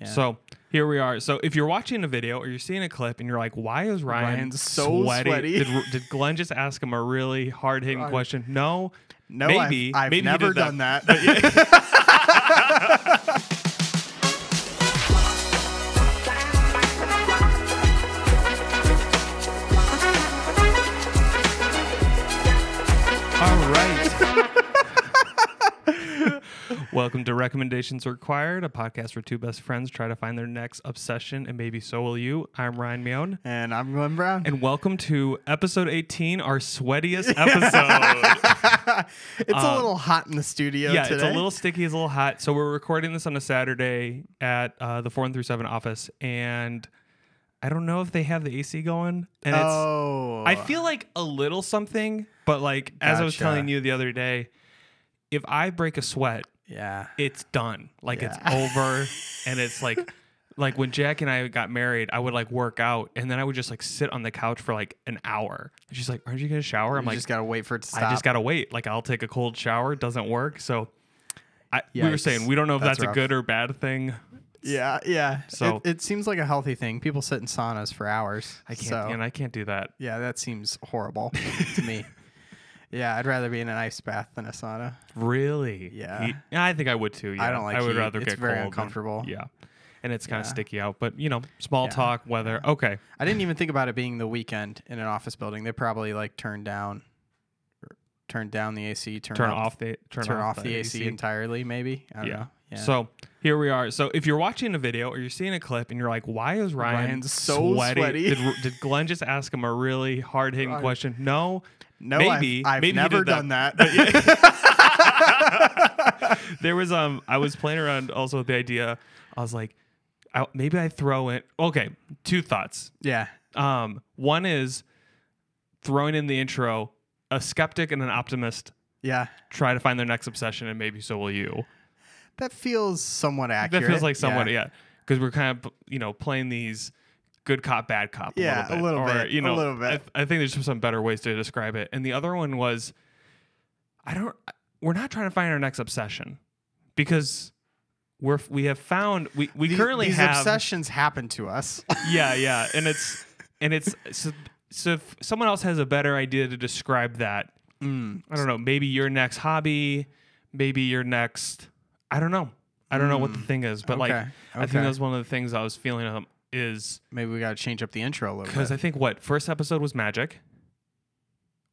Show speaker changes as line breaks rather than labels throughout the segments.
Yeah.
So here we are. So if you're watching a video or you're seeing a clip and you're like, "Why is Ryan
Ryan's so sweaty.
did, did Glenn just ask him a really hard hitting question? No.
No,
Maybe.
I've, I've
Maybe he
never
did
done that.
All right. Welcome to Recommendations Required, a podcast where two best friends try to find their next obsession, and maybe so will you. I'm Ryan Mion,
and I'm Glenn Brown.
and welcome to episode 18, our sweatiest episode.
it's a little hot in the studio
um, yeah,
today.
it's a little sticky, it's a little hot. So we're recording this on a Saturday at uh, the four and through seven office, and I don't know if they have the AC going, and it's
Oh,
I feel like a little something, but like as I was
Gotcha.
telling you the other day, if I break a sweat,
yeah.
it's done. Like it's
Yeah.
over and it's like like when Jack and I got married, I would like work out and then I would just like sit on the couch for like an hour. And she's like, "Aren't you going to shower?" I'm
You
like,
just gotta wait for it to stop.
"I just got to wait. Like I'll take a cold shower, it doesn't work." So I, we were
Yikes.
saying we don't know if
That's
that's,
rough.
a good or bad thing.
yeah, yeah.
So-
it, it seems like a healthy thing. People sit in saunas for hours.
I can't
So,
and I can't do that.
yeah, that seems horrible to me. Yeah, I'd rather be in an ice bath than a sauna.
Really?
Yeah.
Heat? Yeah, I think I would too. Yeah.
I don't like
I would
heat.
rather
It's
get
very
cold. than-
uncomfortable.
yeah. And it's kind of
Yeah.
sticky out, but you know, small
Yeah.
talk, weather. Okay.
I didn't even think about it being the weekend in an office building. They probably like turned down, turned down the AC, turned
Turn
up-
off the turn,
turn off, the AC, entirely. Maybe I don't
Yeah.
know. Yeah.
So here we are. So if you're watching a video or you're seeing a clip and you're like, "Why is Ryan
Ryan's so sweaty."
Did, did Glenn just ask him a really hard hitting question? No.
no,
maybe
I've, I've
maybe he
never
did
done that.
There was um, I was playing around also with the idea. I was like, I, maybe I throw in. Okay, two thoughts.
yeah,
Um, one is throwing in the intro. A skeptic and an optimist
yeah.
try to find their next obsession, and maybe so will you.
That feels somewhat accurate.
That feels like somewhat, yeah, because we're kind of you know playing these good cop bad cop.
Yeah,
a
a
little
little
bit, or,
bit,
You
a
know,
little bit.
I, I think there's some better ways to describe it. And the other one was, I don't. We're not trying to find our next obsession because we're we have found we we
The-
currently
these
have
obsessions happen to us.
yeah yeah, and it's and it's so, so if someone else has a better idea to describe that. I don't know. Maybe your next hobby, maybe your next. I don't know. I don't know what the thing is, but like
Okay,
I think
okay.
that was one of the things I was feeling um, is
Maybe we got to change up the intro a little
because
bit.
I think what first episode was magic,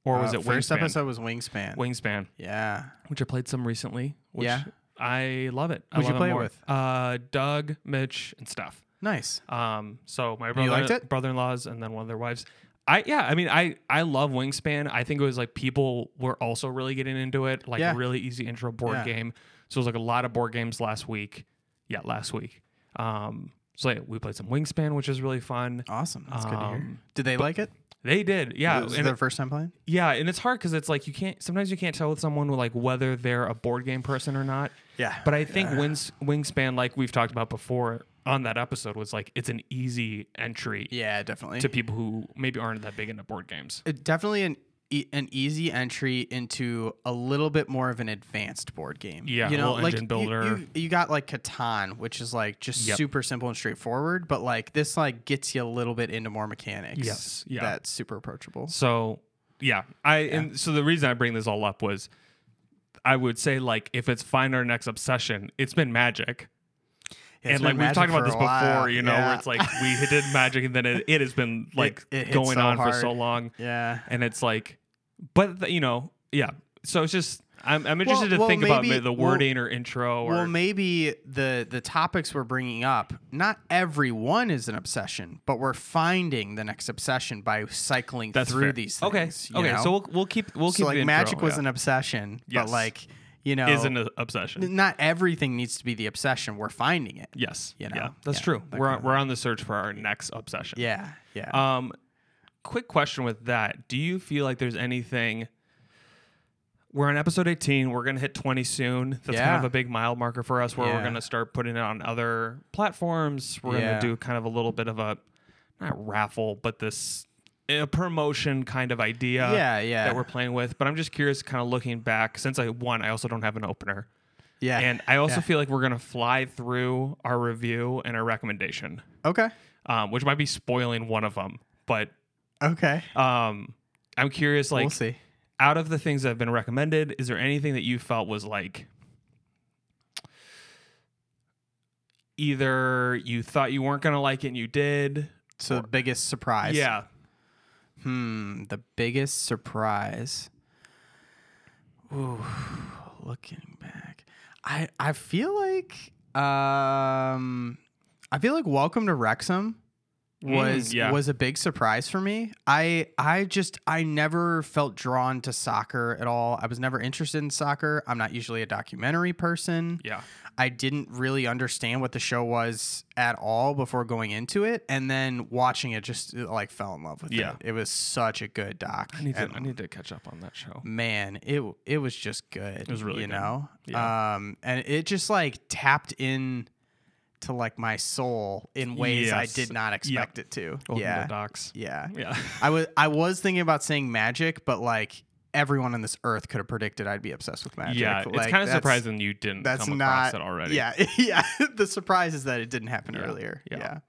or was
Uh,
it
first
wingspan?
episode was Wingspan.
Wingspan,
yeah.
which I played some recently. Which
Yeah.
I love it. I
Who'd you
love
play it
more.
with?
Uh, Doug, Mitch, and Steph.
Nice.
Um, so my
you liked
brother
it?
brother in laws and then one of their wives. I yeah, I mean I I love Wingspan. I think it was like people were also really getting into it, like
Yeah.
a really easy intro board
Yeah.
game. So it was like a lot of board games last week. Yeah, last week. Um so yeah, we played some Wingspan, which is really fun.
Awesome. That's good to hear.
Um,
Did they like it?
They did, yeah,
Was Oh. it
and
their first time playing?
yeah, and it's hard because it's like you can't sometimes you can't tell with someone like whether they're a board game person or not.
Yeah.
But I think Wings, Wingspan, like we've talked about before on that episode, was like it's an easy entry
Yeah, definitely.
to people who maybe aren't that big into board games.
It uh, definitely an e- an easy entry into a little bit more of an advanced board game.
Yeah,
you know,
little
like
engine
you-
builder.
You, you got like Catan, which is like just
Yep.
super simple and straightforward, but like this like gets you a little bit into more mechanics.
Yes, yeah.
that's super approachable.
So yeah, I and so the reason I bring this all up was I would say like if it's find our next obsession, it's been magic.
Yeah, it's
and
been
like we've
Magic
talked about
for
this
a
before,
while.
you know,
Yeah.
where it's like we did magic and then it, it has been like
it hit
going
so
on for
hard.
so long,
yeah.
and it's like, but th- you know, yeah. So it's just I'm, I'm interested to
well,
think about
maybe-
ma- the
well-
wording or intro or
Well, maybe the the topics we're bringing up, not every one is an obsession, but we're finding the next obsession by cycling
that's
through
fair.
these
Okay,
things. you
okay.
know?
So we'll we'll keep we'll keep
so like
the intro,
magic was
yeah.
an obsession,
Yes.
but like you know,
is an obsession.
not everything needs to be the obsession. We're finding it.
Yes.
You
yeah,
know?
that's
Yeah,
true.
that
We're
kind
on, we're on the search for our next obsession.
Yeah, yeah.
Um, quick question with that: Do you feel like there's anything? We're on episode 18. We're gonna hit 20 soon. That's kind
Yeah.
of a big mile marker for us, where we're
Yeah.
gonna start putting it on other platforms. We're
Yeah.
gonna do kind of a little bit of a not raffle, but this a promotion kind of idea.
Yeah, yeah.
That we're playing with. But I'm just curious, kind of looking back, since I won, I also don't have an opener.
Yeah.
And I also
Yeah.
feel like we're gonna fly through our review and our recommendation,
Okay.
um, which might be spoiling one of them. But
Okay.
um, I'm curious, like,
we'll see.
out of the things that have been recommended, is there anything that you felt was like either you thought you weren't gonna like it and you did?
So the biggest surprise.
yeah.
Hmm. The biggest surprise. Ooh. Looking back, I I feel like um I feel like Welcome to Wrexham was
Mm, yeah.
was a big surprise for me. I I just I never felt drawn to soccer at all. I was never interested in soccer. I'm not usually a documentary person.
Yeah.
I didn't really understand what the show was at all before going into it, and then watching it just uh, like fell in love with
Yeah.
it. It was such a good doc.
I need to
and
I need to catch up on that show.
man, it it was just good. It
was really
you
good.
know,
Yeah.
um, and it just like tapped in to like my soul in ways I
Yes.
did not expect it to.
Welcome
yeah,
to Docs.
yeah.
Yeah.
I was I was thinking about saying magic, but like everyone on this earth could have predicted I'd be obsessed with magic.
Yeah, it's
Like,
kind of
that's-
surprising you didn't
That's
come
not
across it already.
Yeah, yeah. the surprise is that it didn't happen earlier.
yeah.
Yeah,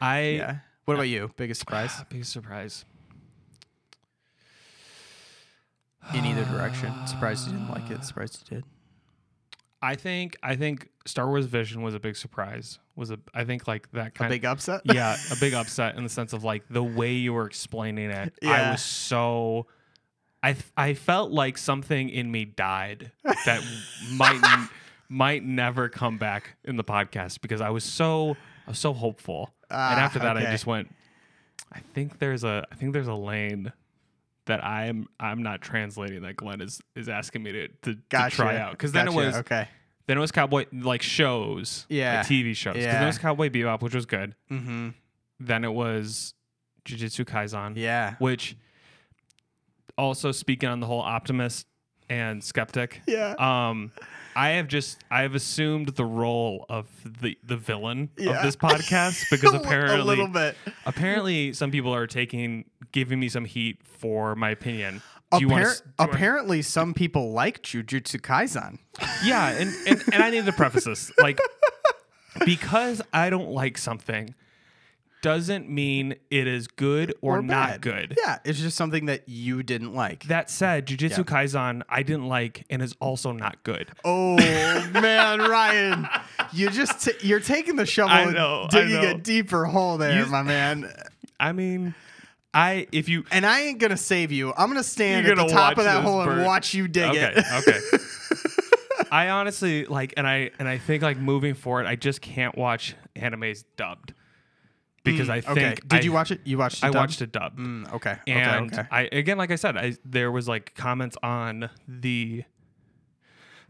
I
yeah. What about you? Biggest surprise
big surprise.
in either direction? Surprised you didn't like it. Surprised you did.
I think I think Star Wars Vision was a big surprise. Was a I think like that kind
A big upset.
yeah, a big upset in the sense of like the way you were explaining it. I
Yeah.
was so I f- I felt like something in me died that might n- might never come back in the podcast because I was so I was so hopeful. and
Ah,
after that I
okay.
just went I think there's a I think there's a lane that I'm I'm not translating that Glenn is is asking me to to,
gotcha.
to try out because then it
Gotcha.
was
okay.
then it was cowboy like shows
Yeah.
like TV shows 'Cause then
Yeah.
it was Cowboy Bebop which was good
Mm-hmm.
then it was Jujutsu Kaisen,
Yeah.
which also speaking on the whole optimist and skeptic.
Yeah.
Um, I have just I have assumed the role of the the villain
Yeah.
of this podcast because
A li- a little
apparently
bit.
apparently some people are taking giving me some heat for my opinion. Do you want
Appar- apparently, some people like Jujutsu Kaisen.
Yeah, and, and and I need to preface this like because I don't like something doesn't mean it is good or,
Or
not
bad.
good.
Yeah, it's just something that you didn't like.
That said, Jujutsu Kaisen I didn't like and is also not good.
oh man, Ryan, you just t- you're taking the shovel
I
and
know, I
digging a
know.
deeper hole there,
You-
my man.
I mean, I if you
And I ain't gonna save you. I'm gonna stand
You're
at
gonna
the top
watch
of that
this
hole and
bird.
watch you dig
okay
it.
okay. I honestly like and I and I think like moving forward, I just can't watch animes dubbed because I think
Hmm, okay.
I,
Did you watch it? You watched? It
I watched it dubbed.
Mm, okay.
and
okay. Okay.
I again, like I said, I there was like comments on the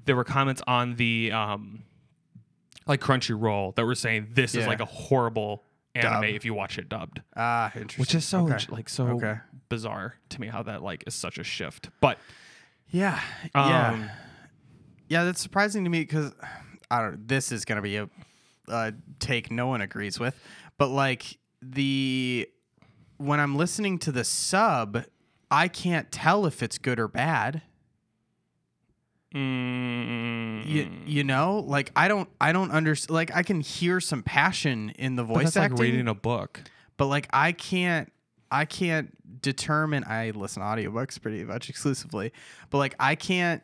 there were comments on the um like Crunchyroll that were saying this is
Yeah.
like a horrible anime
Dub.
if you watch it dubbed,
Ah, interesting.
which is so
Okay.
int- like so
Okay.
bizarre to me how that like is such a shift. But
Yeah.
um,
yeah. Yeah. That's surprising to me because I don't. This is gonna be a, a take no one agrees with, but like the when I'm listening to the sub, I can't tell if it's good or bad.
mm,
You, you know, like I don't I don't understand. Like I can hear some passion in the
but
voice
that's like
acting.
reading a book.
but like i can't i can't determine i listen to audiobooks pretty much exclusively but like i can't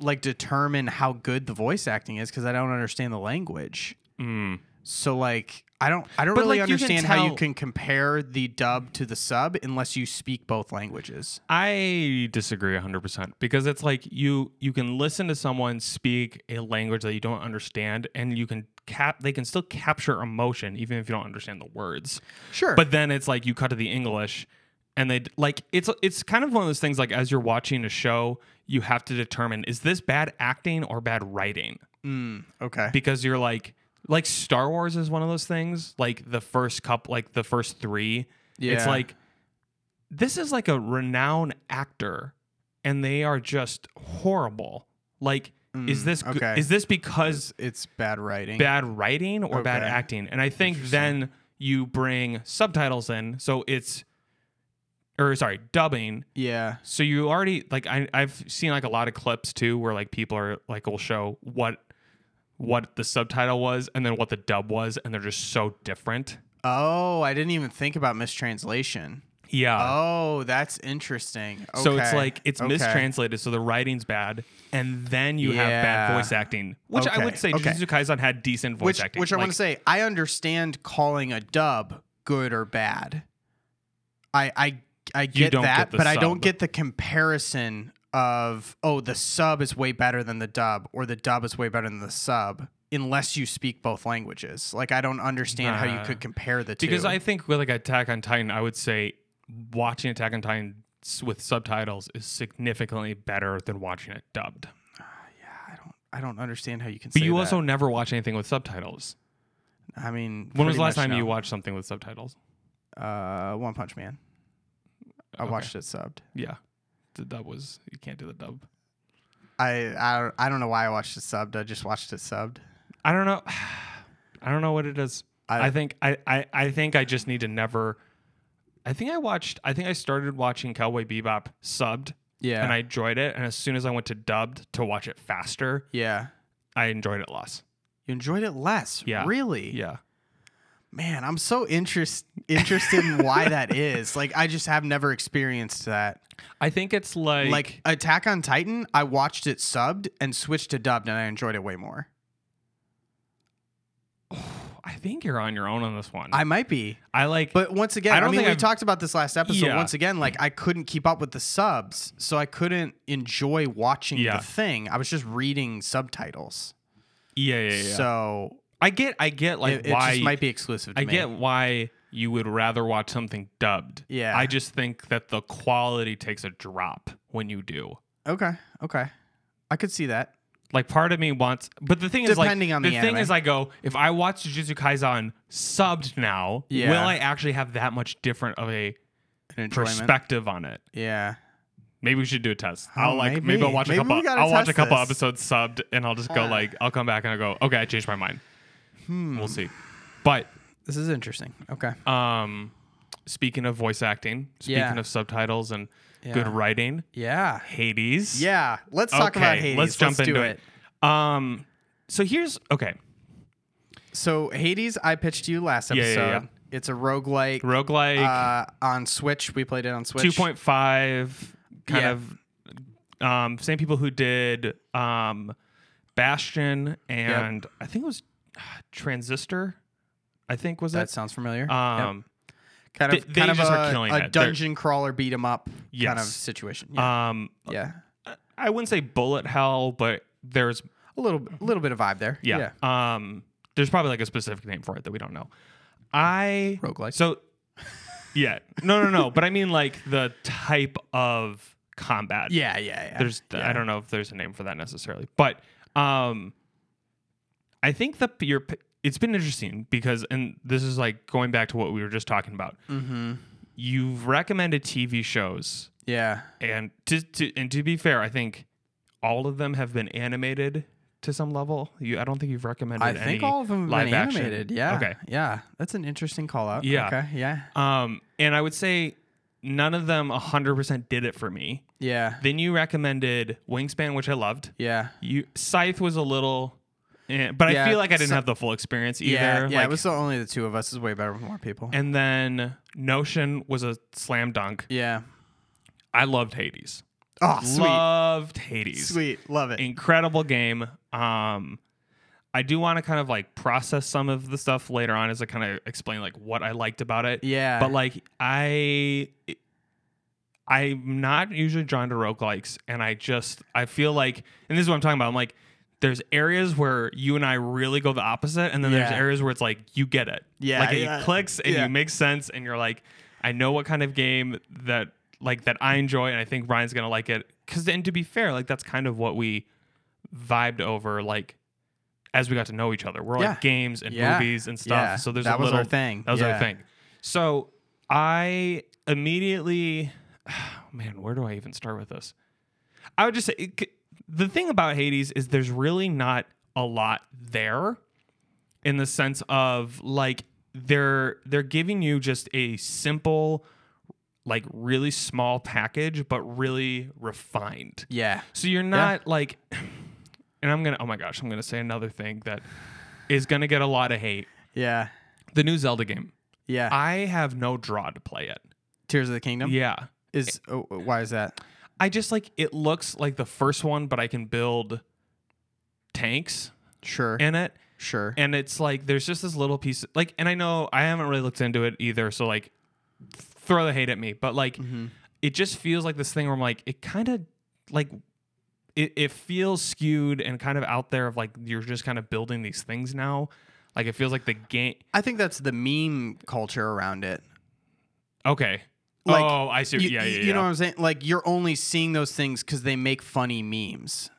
like determine how good the voice acting is because i don't understand the language
Mm.
so like i don't i don't
But,
really
like, you can
understand how you
tell-
can compare the dub to the sub unless you speak both languages
I disagree 100% because it's like you you can listen to someone speak a language that you don't understand and you can cap they can still capture emotion even if you don't understand the words.
sure
But then it's like you cut to the English and they like it's it's kind of one of those things like as you're watching a show you have to determine is this bad acting or bad writing
Mm, okay
because you're like like Star Wars is one of those things like the first cup like the first 3 it's
Yeah.
like this is like a renowned actor and they are just horrible. Like is
Mm,
this go-
okay.
is this because
it's bad writing
bad writing or bad
Okay.
acting? And I think
Interesting.
then you bring subtitles in, so it's or sorry, dubbing.
yeah
So you already like I I've seen like a lot of clips too where like people are like will show what what the subtitle was and then what the dub was, and they're just so different.
Oh, I didn't even think about mistranslation.
Yeah.
Oh, that's interesting. Okay.
Uh. So it's like it's
okay.
mistranslated, so the writing's bad, and then you have bad
Yeah.
voice acting, which I
Okay,
would say
okay.
Jujutsu Kaisen had decent voice
Which,
acting.
which I want to say, I understand calling a dub good or bad. I I I get
don't get
that,
the
but I don't
sub.
get the comparison of oh, the sub is way better than the dub, or the dub is way better than the sub, unless you speak both languages. Like I don't understand how you
Nah.
could compare the two.
because I think with like Attack on Titan, I would say watching Attack on Titan s- with subtitles is significantly better than watching it dubbed.
I don't I don't understand how you can.
But
say
you
that.
also never watch anything with subtitles.
I mean,
When was
pretty
the last
much
time you
no.
watched something with subtitles?
Uh, One Punch Man. I
Okay.
watched it subbed.
Yeah, the dub was you can't do the dub.
I, I I don't know why I watched it subbed. I just watched it subbed.
I don't know. I don't know what it is. I,
I-
think I, I I think I just need to never. I think I watched. I think I started watching Cowboy Bebop subbed,
Yeah.
and I enjoyed it. And as soon as I went to dubbed to watch it faster,
yeah.
I enjoyed it less.
You enjoyed it less.
Yeah.
Really?
Yeah,
Man, I'm so interest interested in why that is. Like I just have never experienced that.
I think it's like
Like Attack on Titan, I watched it subbed and switched to dubbed and I enjoyed it way more.
I think you're on your own on this one. I,
I might be.
like.
But once again,
I
I,
don't
mean,
think
we
I've-
talked about this last episode.
Yeah.
Once again, like I couldn't keep up with the subs, so I couldn't enjoy watching
Yeah.
the thing. I was just reading subtitles.
yeah, yeah, yeah.
So
I get. I get like
it, it
why.
just might be exclusive. To
I
me.
get why you would rather watch something dubbed.
Yeah.
I just think that the quality takes a drop when you do.
Okay. Okay. I could see that.
Like part of me wants, but the thing is, like,
Depending on
the,
the
thing
anime.
is, I go if I watch Jujutsu Kaisen subbed now,
Yeah.
will I actually have that much different of a
An enjoyment.
perspective on it?
yeah.
Maybe we should do a test.
Oh,
I'll like maybe,
maybe.
I'll watch
Maybe
a couple.
we gotta
I'll watch a
test
couple
this. Uh.
episodes subbed, and I'll just go
Huh.
like I'll come back and I'll go okay, I changed my mind.
Hmm.
We'll see. But
This is interesting. Okay.
um, speaking of voice acting, speaking
Yeah.
of subtitles and
Yeah.
good writing,
Yeah.
Hades.
Yeah. Let's talk about Hades.
Let's jump into
do
it. Um, so here's okay.
So Hades, I pitched you last
Yeah,
episode.
yeah, yeah.
It's a roguelike.
Roguelike
uh, on Switch. We played it on Switch.
two point five, kind
Yeah.
of um, same people who did um, Bastion and I think it was uh, Transistor. I think was
That
it.
sounds familiar. Yep.
Um,
Kind of,
they- they
kind of
just
a,
are killing
a
it. They're-
dungeon crawler beat 'em up kind of
Yes.
situation. Yeah.
um,
yeah.
I wouldn't say bullet hell, but there's
A little, little bit of vibe there.
yeah, Um, there's probably like a specific name for it that we don't know. I
Roguelike.
So, yeah, no, no, no. but I mean, like the type of combat.
yeah, yeah, yeah.
There's, I
Yeah.
don't know if there's a name for that necessarily, but um, I think the your p- it's been interesting because, and this is like going back to what we were just talking about.
Mm-hmm.
You've recommended TV shows,
Yeah.
and to, to and to be fair, I think all of them have been animated to some level. You, I don't think you've recommended.
I
any
think all of them have
live
been
action.
animated. Yeah.
Okay.
Yeah. That's an interesting call out.
Yeah.
Okay. Yeah.
Um, and I would say none of them 100% did it for me.
Yeah.
Then you recommended Wingspan, which I loved.
Yeah.
You Scythe was a little, eh, but I
Yeah,
feel like I didn't
Scy-
have the full experience either.
Yeah. Yeah.
like,
it was the- only the two of us. It's way better with more people.
and then Notion was a slam dunk.
yeah.
I loved Hades.
Oh, sweet.
Loved Hades.
sweet. Love it.
Incredible game. Um, I do want to kind of like process some of the stuff later on as I kind of explain like what I liked about it.
yeah.
But like I I'm not usually drawn to roguelikes and I just I feel like and this is what I'm talking about. I'm like there's areas where you and I really go the opposite and then there's
Yeah.
areas where it's like you get it.
Yeah,
Like
yeah.
it clicks and
Yeah.
you make sense and you're like I know what kind of game that like that I enjoy and I think Ryan's going to like it cuz and to be fair like that's kind of what we vibed over like as we got to know each other. We're
Yeah.
like games and
Yeah.
movies and stuff.
Yeah.
So there's
that
a
was
little
our thing.
that was
yeah.
our thing. So I immediately, oh, man, where do I even start with this? I would just say it, c- the thing about Hades is there's really not a lot there, in the sense of like they're they're giving you just a simple, like really small package, but really refined.
Yeah.
So you're not like and I'm gonna oh my gosh, I'm gonna say another thing that is gonna get a lot of hate.
Yeah.
The new Zelda game.
Yeah.
I have no draw to play it.
Tears of the Kingdom
Yeah.
is oh, why is that?
I just like it looks like the first one, but I can build tanks
Sure.
in it.
sure.
And it's like there's just this little piece like and I know I haven't really looked into it either, so like throw the hate at me. But
Mm-hmm.
like it just feels like this thing where I'm like, it kind of like it, it feels skewed and kind of out there of like you're just kind of building these things now. Like it feels like the game
I think that's the meme culture around it.
Okay.
Like,
oh, I see.
You,
yeah,
you-
yeah,
you know
yeah.
what I'm saying? Like you're only seeing those things because they make funny memes.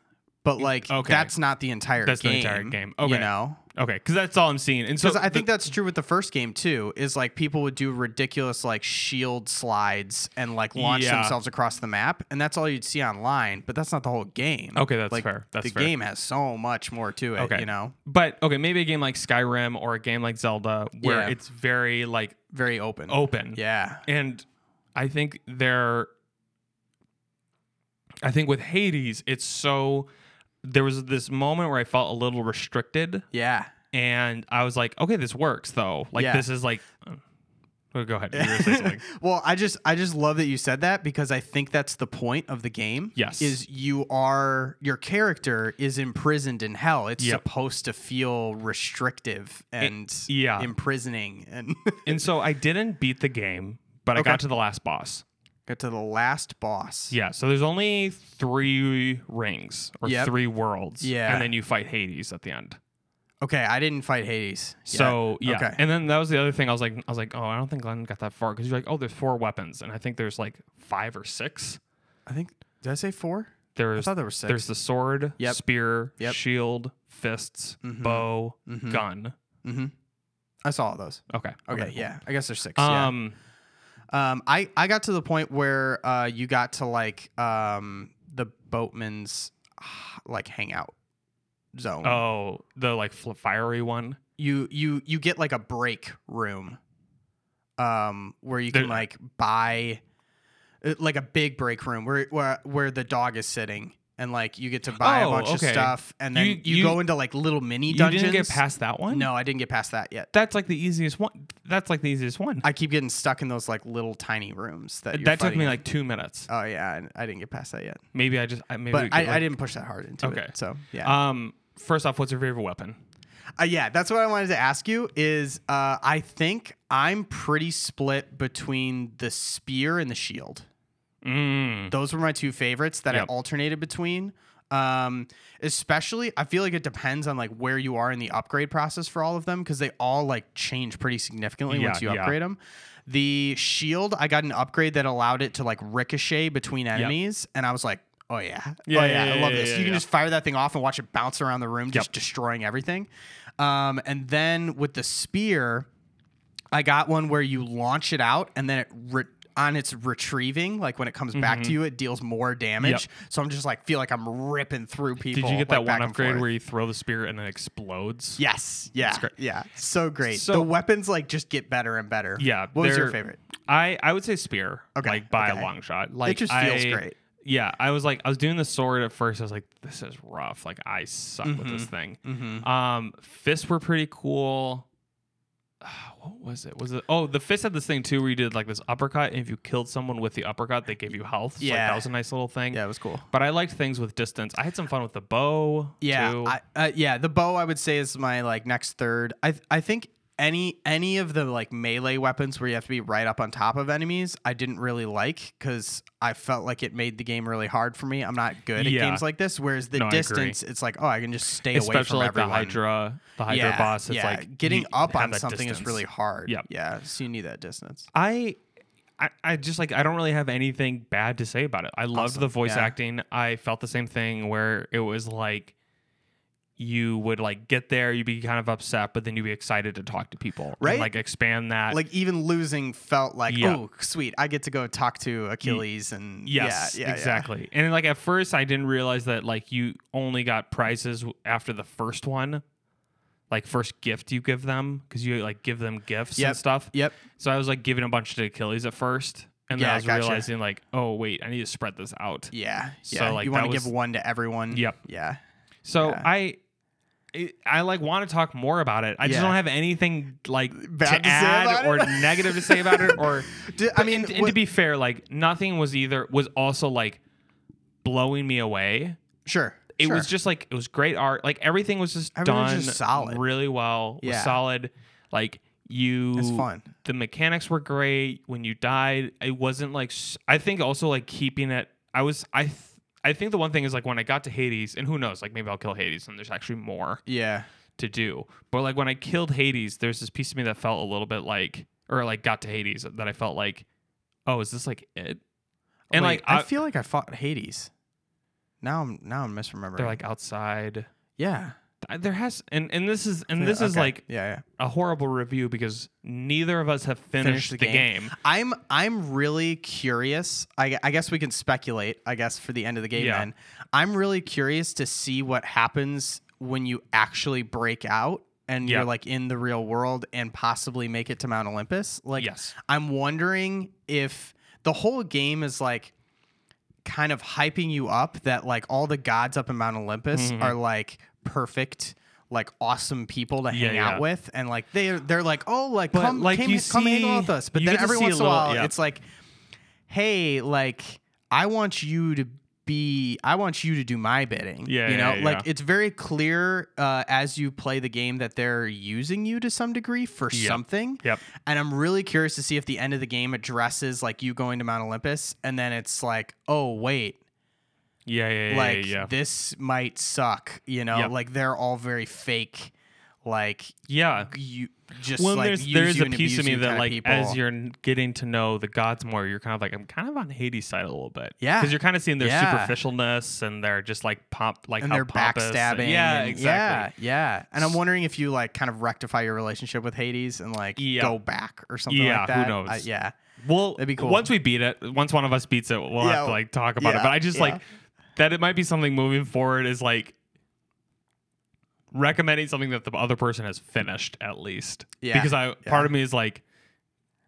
But like
Mm, Okay.
that's not the entire
That's the
game.
entire game. Okay.
You know?
Okay, because that's all I'm seeing. And so
Because I think
the,
that's true with the first game too. Is like people would do ridiculous like shield slides and like launch
Yeah.
themselves across the map, and that's all you'd see online. But that's not the whole game.
Okay, that's
Like,
fair. That's
the
fair.
game has so much more to it.
Okay.
you know,
But okay, maybe a game like Skyrim or a game like Zelda where
Yeah.
it's very like
very open.
open.
yeah,
And I think they're I think with Hades, it's so there was this moment where I felt a little restricted
yeah.
and I was like, okay, this works though. Like
Yeah.
this is like Oh, go ahead. You were gonna say something.
well, I just I just love that you said that because I think that's the point of the game.
Yes.
is you are your character is imprisoned in hell. It's
Yep.
supposed to feel restrictive and
yeah.
imprisoning and.
and so I didn't beat the game, but I
Okay.
got to the last boss.
Get to the last boss.
Yeah, so there's only three rings or
Yep.
three worlds.
Yeah.
And then you fight Hades at the end.
Okay, I didn't fight Hades. yet.
So yeah.
Okay.
And then that was the other thing I was like I was like, oh, I don't think Glenn got that far because you're like, oh, there's four weapons. And I think there's like five or six.
I think did I say four? I
There's
thought there were six.
there's the sword,
Yep.
spear,
Yep.
shield, fists, bow,
Mhm.
gun.
mm-hmm. I saw all those.
Okay.
Okay, yeah, I guess there's six. Um,
Um
yeah. um, I I got to the point where uh, you got to like um the boatman's ah, like hangout zone.
oh, the like fl- fiery one.
You you you get like a break room, um, where you can
There-
like buy, uh, like a big break room where where where the dog is sitting. And like you get to buy a
Oh,
bunch of
okay.
stuff, and then you,
You- you-
go into like little mini
You
dungeons.
didn't get past that one?
No, I didn't get past that yet.
That's like the easiest one. That's like the easiest one.
I keep getting stuck in those like little tiny rooms that you're
that took
fighting
me
in.
like two minutes.
Oh yeah, and I didn't get past that yet.
Maybe I just I, maybe we
But
could,
I, I
like-
didn't push that hard into
Okay.
it. So yeah,
Um, first off, what's your favorite weapon?
uh, yeah. That's what I wanted to ask you. Is uh, I think I'm pretty split between the spear and the shield.
Mm.
Those were my two favorites that
Yep.
I alternated between. Um, especially, I feel like it depends on like where you are in the upgrade process for all of them because they all like change pretty significantly
Yeah,
once you
yeah.
upgrade them. The shield, I got an upgrade that allowed it to like ricochet between enemies, and I was like, oh yeah,
Yeah,
oh
yeah,
yeah, I
yeah,
love
yeah,
this.
yeah,
you can
yeah.
just fire that thing off and watch it bounce around the room, just
Yep.
destroying everything. Um, and then with the spear, I got one where you launch it out and then it re- on its retrieving, like when it comes back
Mm-hmm.
to you, it deals more damage. So I'm just like feel like I'm ripping through people.
Did you get
like,
that
back
one
and
upgrade
forth.
where you throw the spear and it explodes?
Yes. Yeah.
great.
Yeah. So great.
So-
the weapons like just get better and better.
Yeah.
What was your
they're-
favorite?
I I would say spear.
Okay,
Like by
okay.
a long shot. Like
just feels
I-
great.
Yeah, I was like, I was doing the sword at first. I was like, this is rough. Like I suck with this
Mm-hmm,
thing. Um, fists were pretty cool. Ah, What was it? Was it? Oh, the fist had this thing too, where you did like this uppercut, and if you killed someone with the uppercut, they gave you health. So, like,
Yeah.
that was a nice little thing.
Yeah, it was cool.
But I liked things with distance. I had some fun with the bow.
Yeah,
too.
I, uh, yeah. The bow, I would say, is my like next third. I th- I think any any of the like melee weapons where you have to be right up on top of enemies, I didn't really like because I felt like it made the game really hard for me. I'm not good at
Yeah.
games like this. Whereas the
No, I agree.
distance, it's like oh, I can just stay away
especially
from
like
everyone.
the Hydra, the Hydra
yeah,
boss. It's
yeah.
like
getting
you
up
have
on
that
something is
distance.
really hard.
Yep.
Yeah, so you need that distance.
I, I, I just like I don't really have anything bad to say about it. I loved the voice
Yeah.
acting. I felt the same thing where it was like you would like get there, you'd be kind of upset, but then you'd be excited to talk to people, and,
Right?
like expand that.
Like even losing felt like
Yeah.
oh sweet, I get to go talk to Achilles and
Yes,
yeah, yeah, yeah.
exactly. And like at first, I didn't realize that like you only got prizes w- after the first one, like first gift you give them because you like give them gifts
Yep.
and stuff.
Yep.
So I was like giving a bunch to Achilles at first, and then
Yeah,
I was
gotcha.
realizing like, oh wait, I need to spread this out.
Yeah.
So,
yeah.
like,
you want
that
to give
was-
one to everyone.
Yep.
Yeah.
So
Yeah.
I, it, I like want to talk more about it. I just
Yeah.
don't have anything like
Bad
to,
to say
add
about
or
it?
negative to say about it. Or
D- I
But-
mean,
and, and to
what-
be fair, like nothing was either was also like blowing me away.
sure.
It
sure.
was just like it was great art. Like everything was just
Everything was
done
just solid.
really well. was
Yeah.
solid. Like you,
It's fun.
The mechanics were great. When you died, it wasn't like s- I think also like keeping it. I was I. Th- I think the one thing is like when I got to Hades, and who knows, like maybe I'll kill Hades and there's actually more
yeah.
to do. But like when I killed Hades, there's this piece of me that felt a little bit like, or like got to Hades that I felt like, oh, is this like it? And
Wait,
like
I,
I-
feel like I fought Hades. Now I'm now I'm misremembering.
they're like outside.
yeah.
I- There has and and this is and
Yeah,
this is
okay.
like
yeah, yeah.
a horrible review because neither of us have finished
the
the game.
I'm I'm really curious. I, gu- I guess we can speculate. I guess for the end of the game,
Yeah.
then I'm really curious to see what happens when you actually break out and
Yeah.
you're like in the real world and possibly make it to Mount Olympus. Like,
Yes.
I'm wondering if the whole game is like kind of hyping you up that like all the gods up in Mount Olympus
Mm-hmm.
are like perfect. Like awesome people to
Yeah,
hang
yeah.
out with, and like they're they're like, oh, like
But,
come
like,
like came,
you
come hang out
see-
with us. But
you
then
get to
every
see a
once in a
little-
while,
yeah.
it's like, hey, like I want you to be, I want you to do my bidding.
Yeah,
you know,
yeah,
like
yeah.
it's very clear uh, as you play the game that they're using you to some degree for
Yep.
something.
Yep.
And I'm really curious to see if the end of the game addresses like you going to Mount Olympus, and then it's like, oh wait,
Yeah, yeah, yeah,
like
yeah.
this might suck. You know,
Yep.
like they're all very fake. Like
Yeah.
you just
Well,
like
there's
use
there's
you
a
and
piece
abuse
of me
you
that
kinda
like
people.
as you're n- getting to know the gods more, you're kind of like I'm kind of on Hades' side a little bit.
Yeah.
because you're kind of seeing their
Yeah.
superficialness and they're just like pomp, like
and
how
they're
pompous and-
backstabbing.
yeah,
and-
exactly.
Yeah, yeah. And I'm wondering if you like kind of rectify your relationship with Hades and like
Yeah.
go back or something
Yeah, who
like that.
knows?
I- yeah,
Well,
That'd be cool.
Once we beat it, once one of us beats it, we'll
Yeah,
have to like talk about it.
yeah,
But I just
yeah.
like that it might be something moving forward is like recommending something that the other person has finished at least.
Yeah,
because I
yeah.
part of me is like.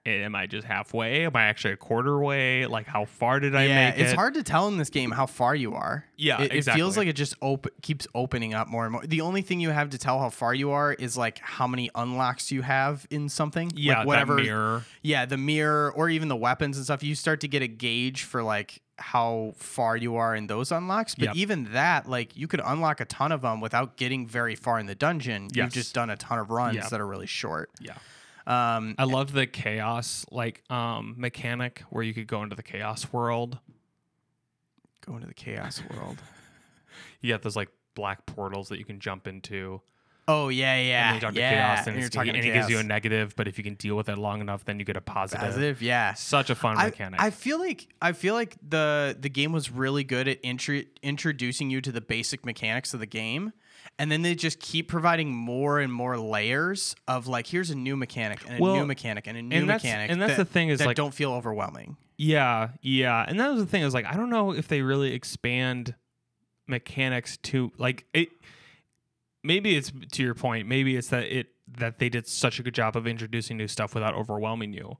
Am I just halfway? Am I actually a quarter way? Like, how far did I
yeah.
make it?
It's hard to tell in this game how far you are.
Yeah,
it, it feels
exactly.
like it just op- keeps opening up more and more. The only thing you have to tell how far you are is like how many unlocks you have in something.
Yeah,
like,
that
whatever.
mirror.
Yeah, the mirror or even the weapons and stuff, you start to get a gauge for like how far you are in those unlocks. But
Yep.
even that, like you could unlock a ton of them without getting very far in the dungeon.
Yes.
You've just done a ton of runs
Yeah.
that are really short.
Yeah.
Um,
I love the chaos like um mechanic where you could go into the chaos world.
go into the chaos world.
You got those like black portals that you can jump into.
Oh yeah,
and
yeah,
then you talk
yeah.
to chaos and,
you're
it's-
talking to
and it gives you a
chaos.
negative, but if you can deal with it long enough, then you get a positive.
positive. Yeah,
Such a fun
I,
mechanic.
I feel like I feel like the the game was really good at intro, introducing you to the basic mechanics of the game, and then they just keep providing more and more layers of like here's a new mechanic and a
Well,
new mechanic and a new
and that's
mechanic.
and that's
that,
the thing is
that
like
don't feel overwhelming.
yeah, yeah. And that was the thing is like I don't know if they really expand mechanics to like it maybe it's to your point, maybe it's that it that they did such a good job of introducing new stuff without overwhelming you.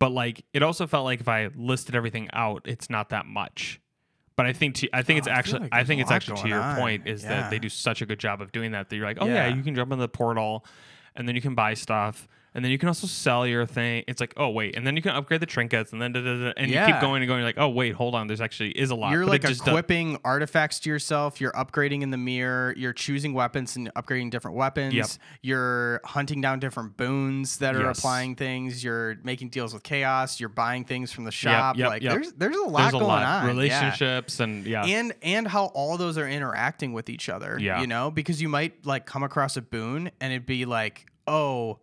But like it also felt like if I listed everything out, it's not that much. But I think to, I think it's
Oh, I feel
actually
like
I
there's
think
a
it's
lot
actually to
going
your
on.
point is
Yeah.
that they do such a good job of doing that that you're like, "Oh yeah,
Yeah.
you can jump on the portal and then you can buy stuff." And then you can also sell your thing. It's like, oh wait, and then you can upgrade the trinkets, and then da, da, da, and you keep
Yeah.
going and going. You're like, oh wait, hold on, there's actually is a lot.
You're
but
like
it just does-
equipping artifacts to yourself. You're upgrading in the mirror. You're choosing weapons and upgrading different weapons.
Yep.
You're hunting down different boons that are
Yes.
applying things. You're making deals with chaos. You're buying things from the shop.
yep,
like
yep.
there's there's a lot
there's a
going
lot
on. Yeah.
relationships and yeah,
and and how all those are interacting with each other.
Yeah.
You know, because you might like come across a boon and it'd be like, oh,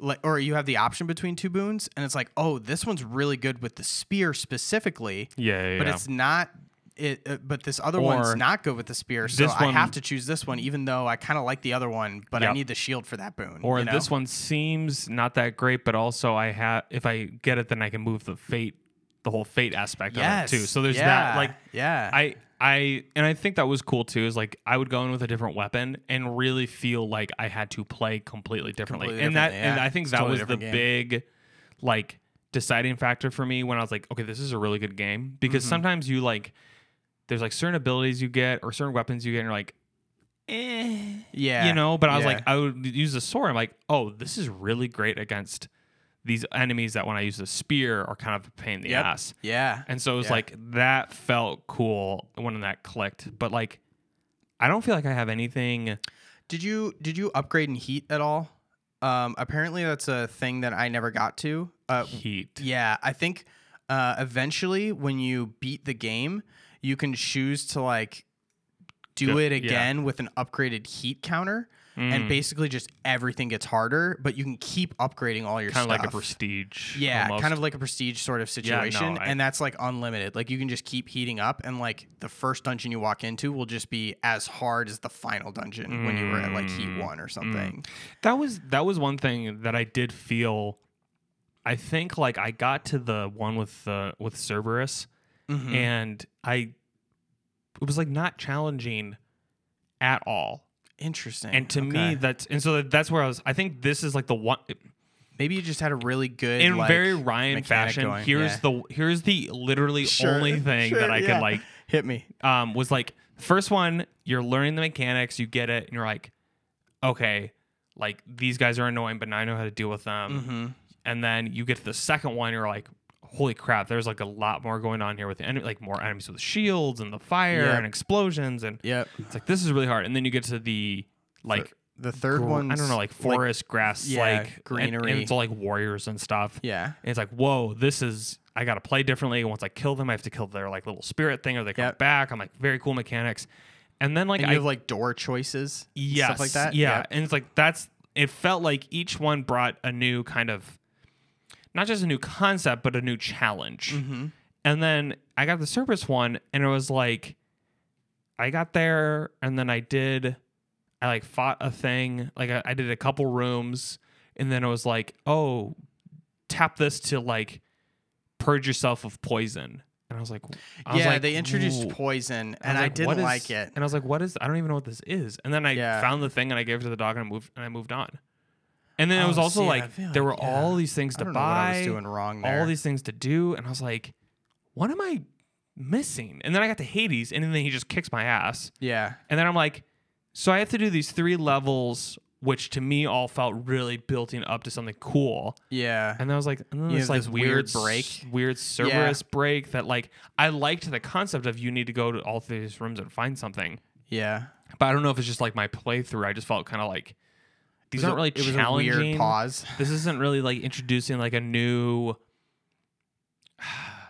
like or you have the option between two boons, and it's like, oh, this one's really good with the spear specifically,
yeah, yeah,
but
yeah.
it's not. It, uh, but this other
Or
one's not good with the spear, so
this
I
one-
have to choose this one, even though I kind of like the other one, but I
Yep.
need the shield for that boon.
or
you know?
this one seems not that great, but also I have if I get it, then I can move the fate, the whole fate aspect
yes,
of it too. So there's
yeah,
that like
yeah,
I I and I think that was cool too. Is like I would go in with a different weapon and really feel like I had to play completely differently.
Completely
and that
differently,
and
yeah.
I think
It's
that
totally
was the
different game.
big like deciding factor for me when I was like, okay, this is a really good
Mm-hmm.
game because sometimes you like there's like certain abilities you get or certain weapons you get and you're like eh,
Yeah.
you know. But I was
Yeah.
like, I would use the sword. I'm like, oh, this is really great against these enemies that when I use the spear are kind of a pain in the
Yep.
ass.
Yeah.
And so it was
Yeah.
like that felt cool when that clicked. But like, I don't feel like I have
Uh,
anything.
Did you did you upgrade in heat at all? Um, apparently that's a thing that I never got to. Uh,
Heat.
yeah, I think uh, eventually when you beat the game, you can choose to like do
Go-
it
yeah.
again with an upgraded heat counter, and
Mm.
basically just everything gets harder, but you can keep upgrading all your
kind of
stuff.
like a prestige.
yeah,
almost.
kind of like a prestige sort of situation,
I-
and that's like unlimited. Like you can just keep heating up, and like the first dungeon you walk into will just be as hard as the final dungeon when you were at like heat
Mm,
one or something.
that was that was one thing that I did feel. I think like I got to the one with the with Cerberus,
Mhm.
and I it was like not challenging at all.
Interesting.
And to me,
Okay.
that's and so that's where I was. I think this is like the one
maybe you just had a really good
in
like,
very Ryan
mechanic
fashion.
going,
Here's
yeah.
the here's the literally
Sure,
only thing
sure,
that I
yeah.
can like
hit me.
um, was like first one you're learning the mechanics you get it and you're like okay like these guys are annoying but now i know how to deal with them
Mm-hmm.
and then you get to the second one you're like holy crap there's like a lot more going on here with the enemy like more enemies with shields and the fire
Yep.
and explosions and
Yep.
it's like this is really hard and then you get to the like
The third
gr-
one.
i don't know like forest grass
yeah,
like and- and,
greenery.
it's all like warriors and stuff
yeah.
and it's like, whoa, this is I gotta play differently. Once I kill them, I have to kill their like little spirit thing, or they come
Yep.
back. I'm like, very cool mechanics. And then like
And
I
you have like door choices. and
yes,
Stuff like that.
Yeah.
Yep.
And it's like that's it felt like each one brought a new kind of not just a new concept, but a new challenge.
Mm-hmm.
And then I got the Cerberus one, and it was like I got there, and then I did, I like fought a thing, like I, I did a couple rooms, and then it was like, oh, tap this to like purge yourself of poison. And I was like, I was
yeah.
like,
they introduced
"Ooh."
poison,
I was
and I,
like,
didn't
"What is-"
like it.
And I was like, "What is? I don't even know what this is." And then I
Yeah.
found the thing and I gave it to the dog and I moved and I moved on. And then it
Oh,
was also
see, I
like
feel
there were
like- yeah.
all these things
I
to
don't know what I
buy,
was doing wrong there.
all these things to do, and I was like, "What am I missing?" And then I got to Hades, and then he just kicks my ass.
Yeah.
And then I'm like, "So I have to do these three levels." Which to me all felt really building up to something cool,
Yeah.
and then I was like, and then
You
this
have
like
this
weird
weird break.
s- weird Cerberus break that like I liked the concept of you need to go to all three of these rooms and find something,
Yeah.
but I don't know if it's just like my playthrough. I just felt kind of like these
It was
aren't
a-
really
it was
challenging.
A weird pause.
This isn't really like introducing like a new,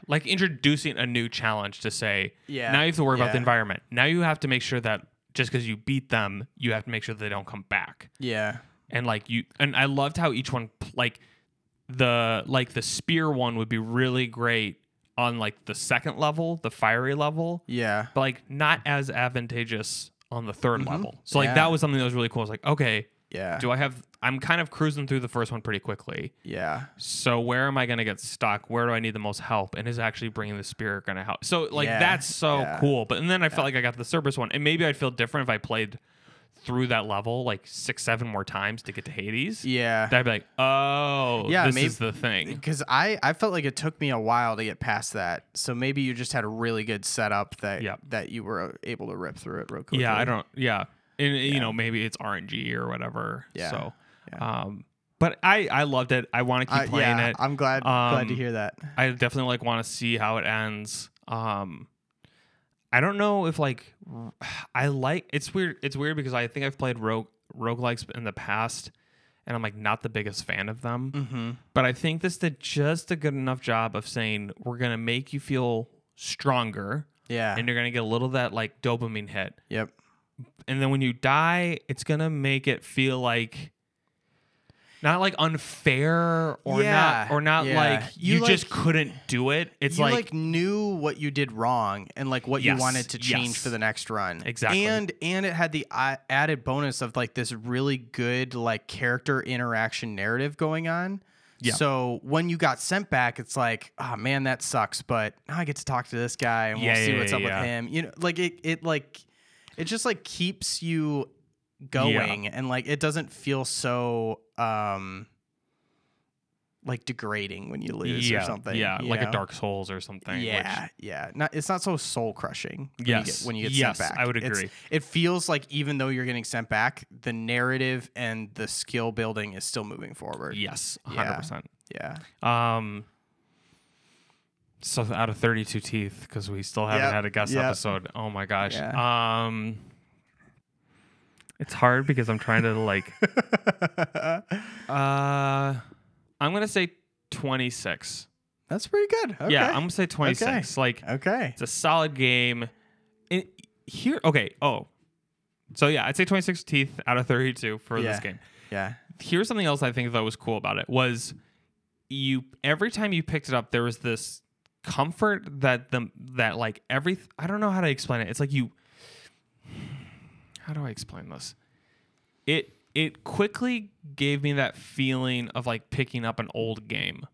like introducing a new challenge to say
Yeah.
now you have to worry about the
yeah.
environment. Now you have to make sure that just because you beat them, you have to make sure that they don't come back
Yeah.
and like you and i loved how each one like the like the spear one would be really great on like the second level the fiery level
Yeah.
but like not as advantageous on the 3rd level so like
Mm-hmm. Yeah.
that was something that was really cool i was like okay
Yeah.
do i have i'm kind of cruising through the first one pretty quickly
yeah.
so where am i going to get stuck where do i need the most help and is actually bringing the spear going to help so like
Yeah.
that's so
Yeah.
cool but and then i felt like i got the cerberus one and maybe i'd feel different if i played through that level like six seven more times to get to hades
Yeah.
I'd be like, oh,
Yeah,
this
maybe-
is the thing.
because I, I felt like it took me a while to get past that. So maybe you just had a really good setup that
Yep.
that you were able to rip through it real quickly.
Yeah, I don't. Yeah, and you know, maybe it's RNG or whatever.
Yeah,
So,
yeah.
um, but I I loved it. I want to keep
I-
playing
Uh, yeah,
it.
I'm glad glad to
Um,
hear that.
I definitely like want to see how it ends. Um, I don't know if like I like it's weird. It's weird because I think I've played rogue roguelikes in the past, and I'm like not the biggest fan of them.
Mm-hmm.
But I think this did just a good enough job of saying we're gonna make you feel stronger.
Yeah.
and you're gonna get a little of that like dopamine hit.
yep.
And then when you die, it's gonna make it feel like not like unfair or
Yeah,
not or not
yeah.
like you,
You, like-
just couldn't do it. It's
you like,
like,
knew what you did wrong and like what
Yes,
you wanted to change
yes.
for the next run.
Exactly.
And and it had the uh, added bonus of like this really good like character interaction narrative going on.
Yeah.
So when you got sent back, it's like, oh man, that sucks. But now I get to talk to this guy and
Yeah,
we'll see
yeah,
what's up
yeah.
with him. You know, like it it like it just like keeps you going and like it doesn't feel so um like degrading when you lose
yeah,
or something.
Yeah,
you
like a
know?
Dark Souls or something. which-
Yeah, yeah. Not, it's not so soul crushing.
Yes.
when you get,
Yes,
sent back,
I would
It's-
agree.
it feels like even though you're getting sent back, the narrative and the skill building is still moving forward.
yes,
Yeah.
100%.
Yeah,
Um, so out of 32 teeth, because we still haven't
Yep,
had a guest
yep.
episode. Oh my gosh. Um, it's hard because I'm trying to like. uh, I'm gonna say 26.
that's pretty good. Okay.
Yeah, I'm gonna say 26. Like
okay.
it's a solid game. It, here, okay. Oh, so yeah, I'd say 26 teeth out of 32 for this
Yeah.
game
Yeah.
here's something else I think that was cool about it was you every time you picked it up there was this comfort that the that like every I don't know how to explain it. It's like you how do I explain this? It it quickly gave me that feeling of like picking up an old game,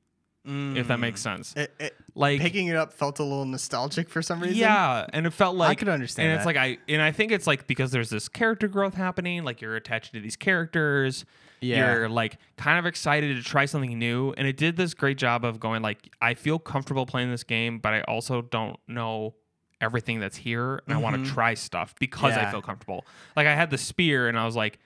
if that makes sense.
Mm. It, it,
like
picking it up felt a little nostalgic for some reason.
yeah, and it felt like
could understand
And it's
that.
like I and I think it's like because there's this character growth happening. Like you're attached to these characters.
Yeah.
You're like kind of excited to try something new, and it did this great job of going like I feel comfortable playing this game, but I also don't know everything that's here, and I want to try stuff because I
Mm-hmm. Yeah.
feel comfortable. Like I had the spear, and I was like.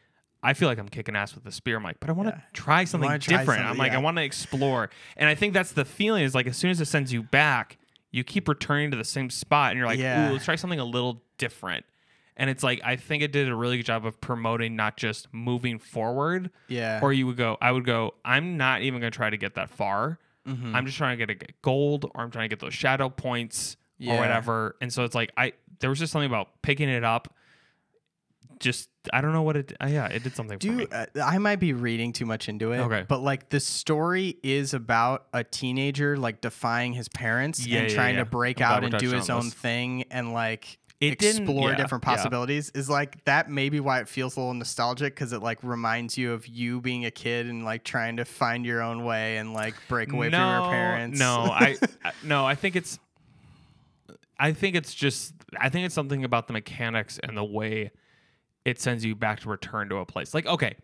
I feel like I'm kicking ass with the spear. I'm like, but I want to
Yeah.
try something
wanna try
different. I'm
something,
like, I
yeah.
want to explore. And I think that's the feeling is like as soon as it sends you back, you keep returning to the same spot and you're like,
Yeah.
ooh, let's try something a little different. And it's like I think it did a really good job of promoting not just moving forward.
Yeah.
Or you would go, I would go, I'm not even gonna try to get that far.
Mm-hmm. Mm.
I'm just trying to get a get gold or I'm trying to get those shadow points or
Yeah.
whatever. And so it's like I there was just something about picking it up. Just I don't know what it uh, yeah, it did something for
Do
me.
you, uh, I might be reading too much into it.
Okay.
But like the story is about a teenager like defying his parents
Yeah,
and
yeah,
trying
yeah.
to break
I'm glad
out
we're
and do
touching
his
on
own
this.
thing and like
It didn't-
explore
yeah,
different
yeah.
possibilities. Is like that maybe why it feels a little nostalgic because it like reminds you of you being a kid and like trying to find your own way and like break away from your parents.
No, I I- no, I think it's I think it's just I think it's something about the mechanics and the way it sends you back to return to a place. Like, okay,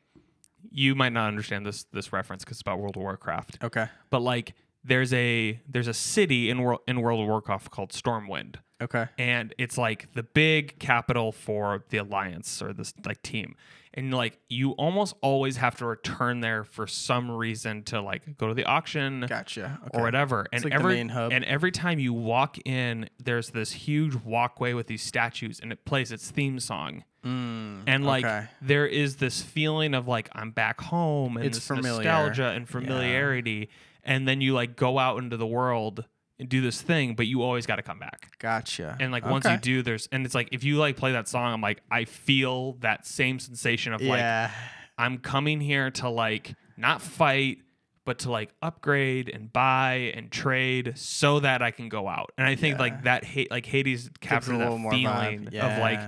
you might not understand this this reference because it's about World of Warcraft.
okay.
But like there's a there's a city in World in World of Warcraft called Stormwind.
Okay.
And it's like the big capital for the alliance or this like team. And like you almost always have to return there for some reason to like go to the auction
Gotcha. Okay.
or whatever. And
like the
every
main hub.
and every time you walk in, there's this huge walkway with these statues, and it plays its theme song. and like
Mm, okay.
there is this feeling of like I'm back home, and
It's
this
familiar.
nostalgia and familiarity. And then you like go out into the world and do this thing, but you always got to come back.
Gotcha.
And like once you
Okay.
do, there's and it's like if you like play that song, I'm like I feel that same sensation of like
yeah.
I'm coming here to like not fight, but to like upgrade and buy and trade so that I can go out. And I think like that hate like Hades
Gives it
captured that
vibe.
feeling of
Yeah.
like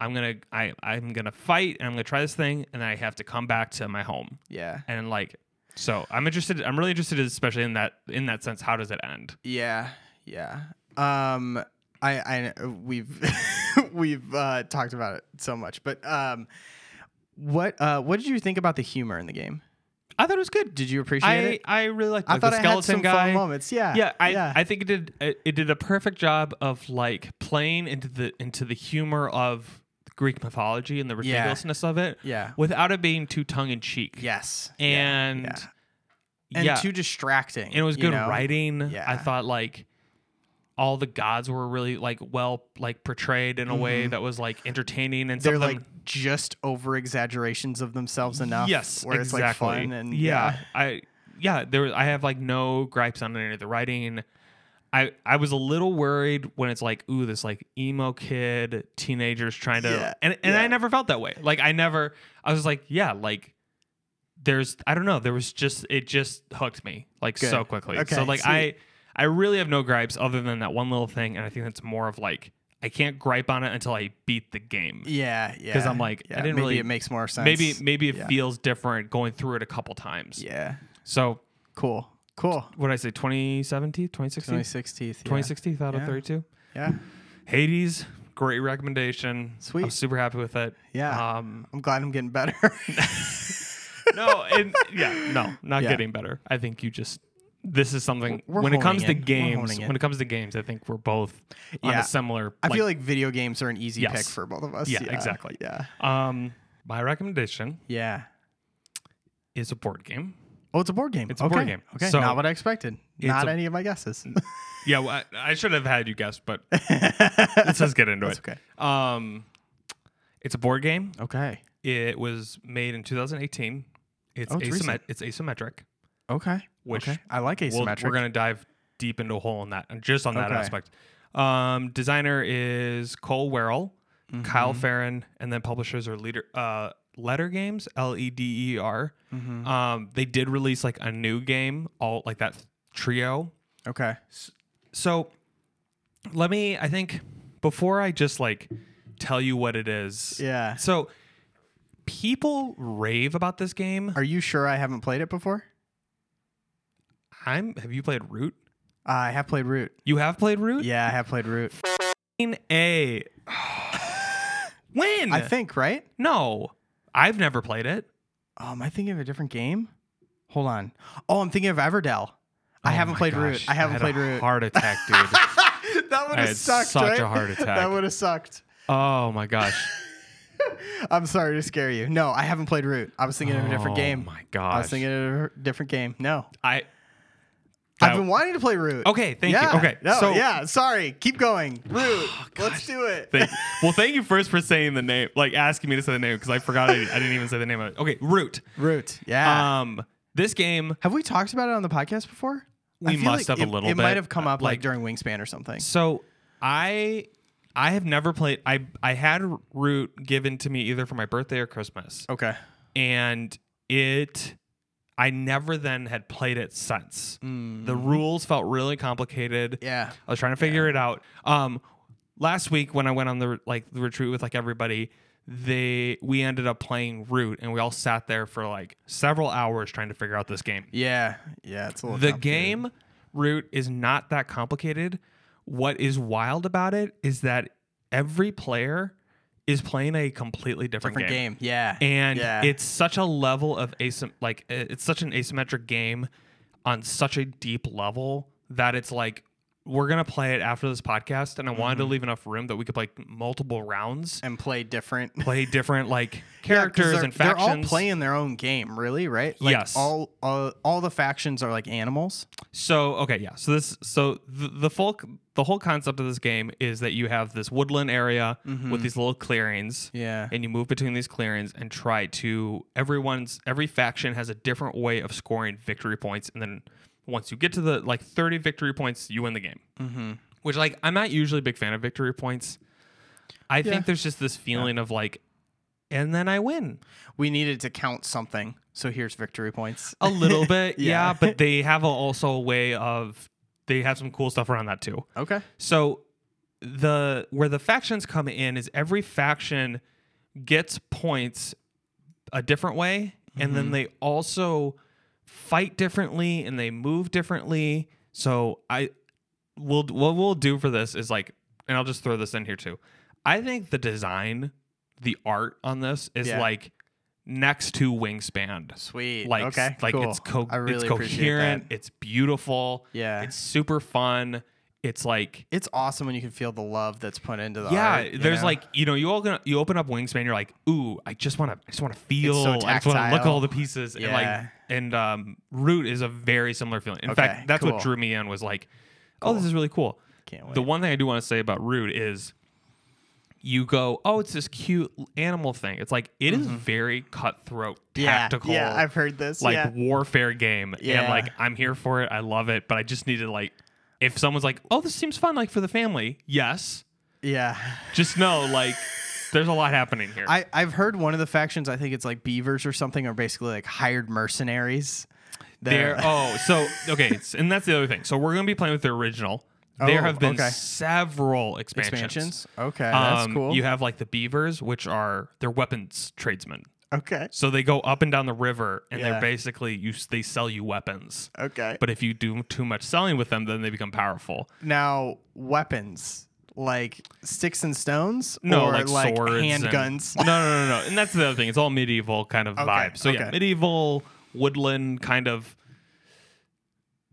I'm gonna I I'm gonna fight and I'm gonna try this thing and then I have to come back to my home
yeah.
and like so I'm interested I'm really interested especially in that in that sense how does it end
Yeah, yeah. Um, I, I, we've, we've uh, talked about it so much, but um, what, uh, what did you think about the humor in the game?
I thought it was good
Did you appreciate
I
it?
I really liked
I
like,
thought
the
I
skeleton
had some
guy
fun moments. Yeah,
yeah, I,
yeah,
I think it did it, it did a perfect job of like playing into the into the humor of Greek mythology and the
Yeah.
ridiculousness of it
yeah.
without it being too tongue in cheek.
yes, yeah,
And
yeah.
yeah.
and too distracting.
and it was
you
good
know?
writing. I
Yeah.
thought like all the gods were really like well like portrayed in a way that was like entertaining and some
Mm-hmm. They're
of them-
like just over exaggerations of themselves enough.
Yes,
where
exactly.
it's like fun and
yeah, I yeah, there was, I have like no gripes on any of the writing. I I was a little worried when it's like, ooh, this like emo kid, teenagers trying to
Yeah,
and and I
yeah.
never felt that way. Like I never I was like, yeah, like there's I don't know, there was just it just hooked me like so
Good.
quickly.
Okay,
so like I
sweet.
I really have no gripes other than that one little thing and I think that's more of like I can't gripe on it until I beat the game.
yeah, yeah.
'Cause I'm like, I
yeah.
didn't
maybe
really-
it makes more sense.
Maybe maybe it
Yeah.
feels different going through it a couple times.
yeah,
So
cool, cool.
what did I say? 2017, 2016,
26 teeth. yeah.
2016 out of
Yeah.
32.
Yeah.
Hades, great recommendation. I'm
Sweet.
super happy with it.
Yeah.
Um,
I'm glad I'm getting better.
no, and yeah, no, not
Yeah.
getting better. I think you just this is something
We're
when it comes to
honing it. We're
games.
honing it.
When it comes to games, I think we're both on
Yeah.
a similar.
I feel like video games are an easy pick
Yes.
for both of us.
Yeah, exactly.
Yeah.
um, my recommendation
Yeah.
is a board game.
Oh, it's a board game.
It's a
okay.
board game.
Okay.
So-
Not what I expected. Not
a-
any of my guesses.
Yeah, well, I, I should have had you guess, but let's
That's
just get into it.
okay.
Um, it's a board game.
Okay.
It was made in 2018. It's
Oh, it's
asymmetric.
recent.
It's asymmetric.
Okay.
Which
okay. I like
We'll-
asymmetric.
we're gonna dive deep into a hole on that, just on that
Okay.
aspect. Um, designer is Cole Werrell,
Mm-hmm.
Kyle Farron, and then publishers are leader uh, Letter Games, L E D E R.
Mm-hmm.
Um, they did release like a new game, all like that trio.
okay.
So let me, I think, before I just like tell you what it is.
Yeah.
So people rave about this game.
Are you sure I haven't played it before?
I'm. Have you played Root?
Uh, I have played Root.
You have played Root.
Yeah, I have played Root.
Fucking A. when?
I think, right?
No. I've never played it.
Oh, am I thinking of a different game? Hold on. Oh, I'm thinking of Everdell. I
Oh
haven't
my
played Root.
gosh,
I haven't
had
played
a
Root.
Heart attack, dude.
that would
I
have
had
sucked.
such
right?
a heart attack.
That would have sucked.
oh my gosh.
I'm sorry to scare you. No, I haven't played Root. I was thinking of a different
oh
game.
my gosh.
I was thinking of a different game. No,
I.
I've been wanting to play Root.
Okay, thank
yeah.
you. Okay,
No,
so Oh,
yeah. Sorry. Keep going. Root.
gosh.
Let's do it.
Thank well, thank you first for saying the name, like asking me to say the name because I forgot I, I didn't even say the name of it. Okay, Root.
Root. Yeah.
Um, this game
have we talked about it on the podcast before?
We
I feel
must
like
have a
it,
little
It might
bit, uh,
have come up like,
like-
during Wingspan or something.
So I I have never played I I had Root given to me either for my birthday or Christmas.
Okay.
And it I never then had played it since. The rules felt really complicated.
Mm-hmm. Yeah.
I was trying to figure it out. Um last week when I went on the like the retreat with like everybody they we ended up playing root and we all sat there for like several hours trying to figure out this game
Yeah. Yeah. It's a little
the
complicated.
game route is not that complicated. What is wild about it is that every player is playing a completely different,
Different
game.
game. Yeah.
And
yeah.
it's such a level of asym like uh, it's such an asymmetric game on such a deep level that it's like we're gonna play it after this podcast, and I wanted to
Mm-hmm.
leave enough room that we could play multiple rounds,
and play different
play different like
Yeah, 'cause
characters
they're,
and
they're
factions.
all playing their own game, really, right? Like
Yes.
All, all all the factions are like animals.
So okay, yeah. So this, so the, the full, the whole concept of this game is that you have this woodland area
Mm-hmm.
with these little clearings,
Yeah.
and you move between these clearings and try to everyone's every faction has a different way of scoring victory points, and then once you get to the like thirty victory points, you win the game. Mm-hmm. Which like I'm not usually a big fan of victory points. I
Yeah.
think there's just this feeling of like, and then I win.
We needed to count something, so here's victory points.
A little bit, yeah.
Yeah.
But they have a, also a way of they have some cool stuff around that too.
Okay.
So the where the factions come in is every faction gets points a different way and
Mm-hmm.
then they also fight differently and they move differently. So I will what we'll do for this is like and I'll just throw this in here too. I think the design, the art on this is
Yeah.
like next to wingspan
Sweet.
like
okay.
like
cool.
it's co-
I really
it's
appreciate
coherent,
that.
it's beautiful,
Yeah.
it's super fun. It's like
It's awesome when you can feel the love that's put into the
yeah,
art, you
there's
know?
like you know you all gonna, you open up Wingspan, you're like ooh, I just want to I just want to feel,
so
I just want to look at all
tactile.
the pieces, and
Yeah.
like and um, Root is a very similar feeling. In
Okay,
fact, that's
cool.
what drew me in was like, oh, this is really cool.
Can't
The
wait.
one thing I do want to say about Root is. You go, oh, it's this cute animal thing. It's like it is very cutthroat,
Mm-hmm. yeah,
tactical
Yeah, I've heard this.
like
yeah.
warfare game and
Yeah.
like i'm here for it i love it but i just need to like if someone's like oh this seems fun like for the family yes
yeah.
just know like there's a lot happening here
I, I've heard one of the factions, I think it's like beavers or something, are basically like hired mercenaries.
there
They're-
oh so okay it's, and that's the other thing so we're going to be playing with the original there
Oh,
have been
okay.
several expansions,
expansions. Okay, that's
Um,
cool.
you have like the beavers which are they're weapons tradesmen
okay,
so they go up and down the river and they're
Yeah.
basically you s- they sell you weapons
okay.
but if you do too much selling with them then they become powerful
Now, weapons. like sticks and stones?
No,
or
like, swords and-
handguns.
no, no, no, no. And that's the other thing. It's all medieval kind of
Okay,
vibe. So yeah,
okay.
medieval woodland kind of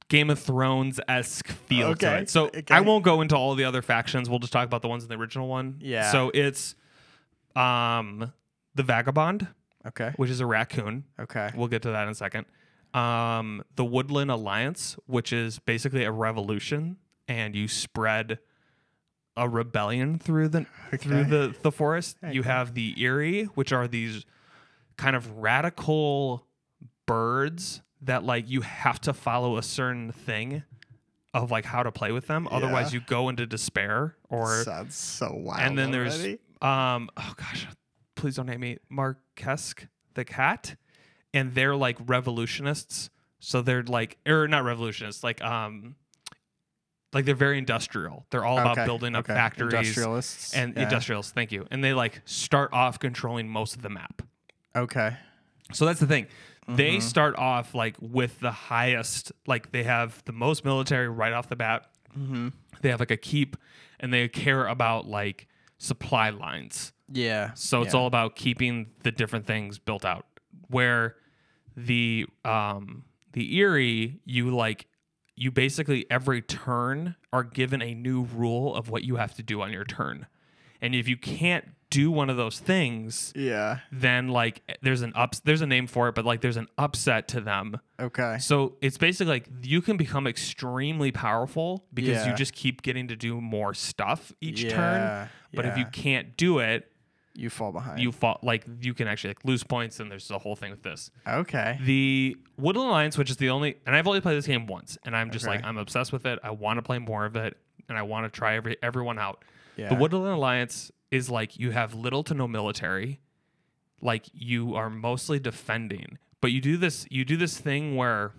Game of Thrones esque feel to
Okay,
it. So
okay.
I won't go into all the other factions. We'll just talk about the ones in the original one.
Yeah.
So it's um the vagabond,
Okay.
which is a raccoon.
Okay.
We'll get to that in a second. Um, the Woodland Alliance, which is basically a revolution, and you spread a rebellion through the through
Okay.
the the forest. You have the Erie, which are these kind of radical birds that like you have to follow a certain thing of like how to play with them. Otherwise,
Yeah.
you go into despair or
Sounds so wild.
and then there's
already.
um oh gosh, please don't name me Marquesque the cat, and they're like revolutionists. So they're like or not revolutionists, like um like they're very industrial. They're all about
Okay,
building up
okay.
factories
industrialists
and
yeah.
industrials. Thank you. And they like start off controlling most of the map.
Okay.
So that's the thing. They
Mm-hmm.
start off like with the highest, like they have the most military right off the bat. They have like a keep and they care about like supply lines.
Yeah.
So it's
yeah.
all about keeping the different things built out. Where the um the Erie, you like you basically every turn are given a new rule of what you have to do on your turn. And if you can't do one of those things,
Yeah.
then like there's an ups there's a name for it, but like there's an upset to them.
Okay.
So it's basically like you can become extremely powerful because you
Yeah.
just keep getting to do more stuff each
Yeah,
turn. But if you
yeah.
can't do it,
You fall behind.
you fall like you can actually like lose points and there's the whole thing with this.
okay.
The Woodland Alliance, which is the only and I've only played this game once, and I'm just
Okay.
like I'm obsessed with it. I want to play more of it and I want to try every everyone out.
Yeah.
The Woodland Alliance is like you have little to no military. Like you are mostly defending, but you do this you do this thing where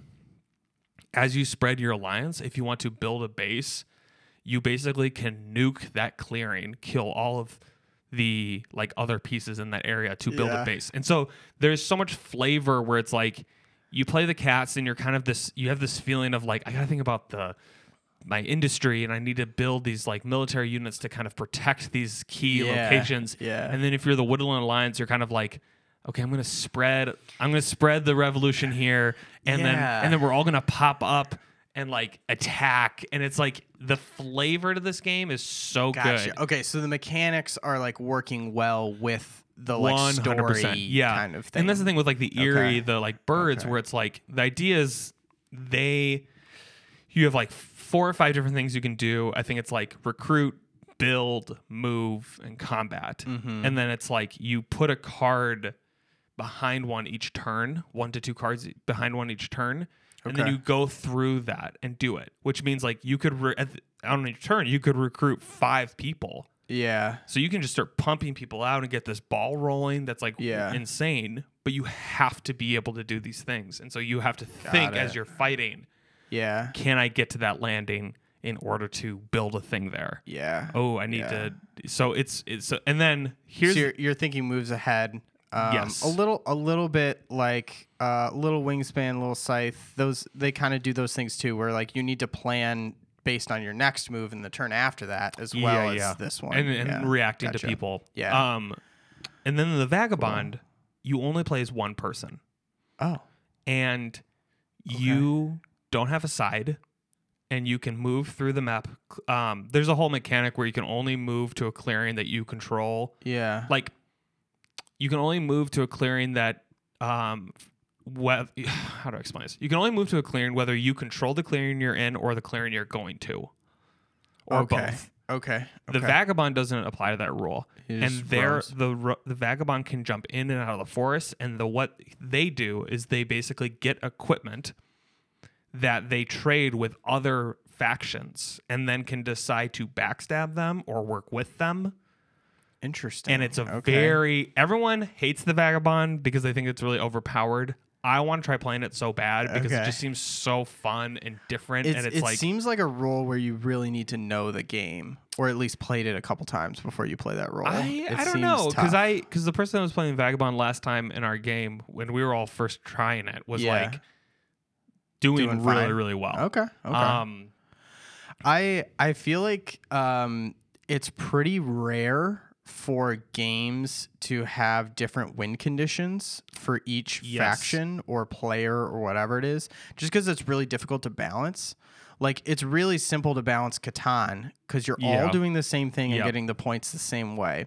as you spread your alliance, if you want to build a base, you basically can nuke that clearing, kill all of the like other pieces in that area to build a
Yeah.
base. And so there's so much flavor where it's like you play the cats and you're kind of this you have this feeling of like I got to think about the my industry and I need to build these like military units to kind of protect these key
Yeah,
locations.
yeah.
And then if you're the Woodland Alliance, you're kind of like, okay, I'm gonna spread I'm gonna spread the revolution here and then
Yeah.
and then we're all gonna pop up and like attack. And it's like the flavor to this game is so
Gotcha.
good.
Okay, so the mechanics are like working well with the like story kind of thing.
And that's the thing with like the eerie,
Okay.
the like birds,
Okay.
where it's like the idea is they you have like four or five different things you can do. I think it's like recruit, build, move, and combat.
Mm-hmm.
And then it's like you put a card behind one each turn, one to two cards e, behind one each turn. And then
Okay.
you go through that and do it, which means like you could re- at the, on each turn you could recruit five people.
Yeah.
So you can just start pumping people out and get this ball rolling that's like
Yeah.
insane, but you have to be able to do these things. And so you have to think
it.
as you're fighting,
Yeah.
can I get to that landing in order to build a thing there?
Yeah.
Oh, I need
Yeah.
to so it's it's so, and then here's
so you're, you're thinking moves ahead. Um,
Yes.
A little, a little bit like uh, little wingspan, little scythe. Those they kind of do those things too, where like you need to plan based on your next move and the turn after that, as well as this one.
And, and
Yeah.
reacting to
Gotcha.
people.
Yeah.
Um and then the vagabond, you only play as one person.
Oh,
and you don't have a side and you can move through the map C- um, there's a whole mechanic where you can only move to a clearing that you control
yeah.
like you can only move to a clearing that um whether, how do I explain this? You can only move to a clearing whether you control the clearing you're in or the clearing you're going to, or
okay.
both.
Okay.
The
okay.
vagabond doesn't apply to that rule,
He
and
just
there
roams.
the ro- the vagabond can jump in and out of the forest. And the what they do is they basically get equipment that they trade with other factions, and then can decide to backstab them or work with them.
Interesting.
And it's a
Okay.
very everyone hates the vagabond because they think it's really overpowered. I want to try playing it so bad because it
Okay.
just seems so fun and different,
It's,
and it's
it
like
seems like a role where you really need to know the game, or at least played it a couple times before you play that role.
I,
It
I don't
seems
know because
tough.
I because the person that was playing Vagabond last time in our game when we were all first trying it was
Yeah.
like doing,
Doing
really
fine.
Um, really well.
okay okay
Um,
I I feel like um it's pretty rare for games to have different win conditions for each
Yes.
faction or player or whatever it is, just because it's really difficult to balance. Like it's really simple to balance Catan because you're all
Yeah.
doing the same thing and
Yep.
getting the points the same way.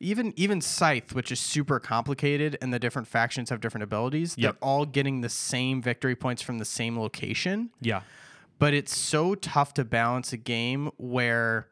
Even even Scythe, which is super complicated, and the different factions have different abilities.
Yep.
They're all getting the same victory points from the same location
Yeah.
but it's so tough to balance a game where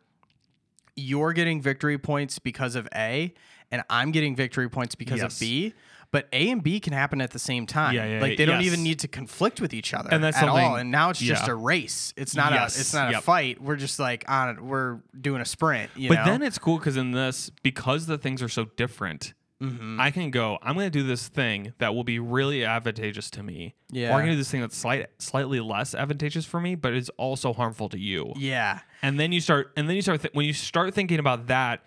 you're getting victory points because of A and I'm getting victory points because
Yes.
of B. But A and B can happen at the same time.
Yeah, yeah,
like they don't
yes.
even need to conflict with each other
And that's
at all.
something-
And now it's just
yeah.
a race. It's not
Yes,
a it's not a
yep.
fight. We're just like on it. We're doing a sprint. You
But
know?
then it's cool because in this, because the things are so different,
Mm-hmm.
I can go, I'm going to do this thing that will be really advantageous to me. Or
Yeah.
I'm going to do this thing that's slight, slightly less advantageous for me, but it's also harmful to you.
yeah,
And then you start, and then you start, th- when you start thinking about that,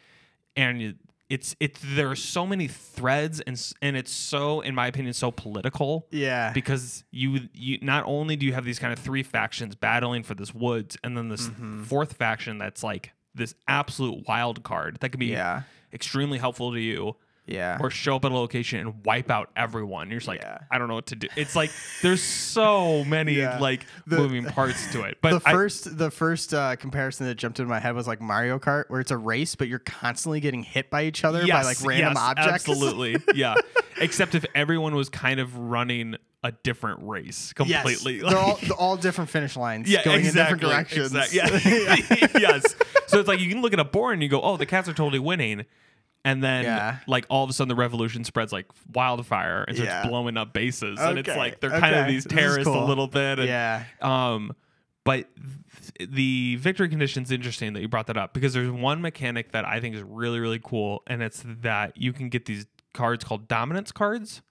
and you, it's, it's, there are so many threads, and, s- and it's so, in my opinion, so political.
yeah,
because you you not only do you have these kind of three factions battling for this woods and then this
Mm-hmm.
fourth faction that's like this absolute wild card that could be
Yeah.
extremely helpful to you
yeah.
or show up at a location and wipe out everyone you're just like
Yeah.
i don't know what to do it's like there's so many
Yeah.
like
The-
moving parts to it but
the
I-
first the first uh, comparison that jumped into my head was like Mario Kart, where it's a race, but you're constantly getting hit by each other by like random
yes,
objects.
Absolutely. Yeah. Except if everyone was kind of running a different race
Yes,
completely.
they're all, they're all different finish lines
yeah,
going
exactly,
in different directions.
Exactly. Yeah. yes. So it's like you can look at a board and you go, "Oh, the cats are totally winning," and then
Yeah.
like all of a sudden the revolution spreads like wildfire and starts
Yeah.
blowing up bases, and it's
Okay,
like they're kind of
okay,
these
this is
terrorists a
cool.
little bit. And,
yeah.
Um, but th- the victory condition's interesting that you brought that up because there's one mechanic that I think is really really cool, and it's that you can get these cards called dominance cards.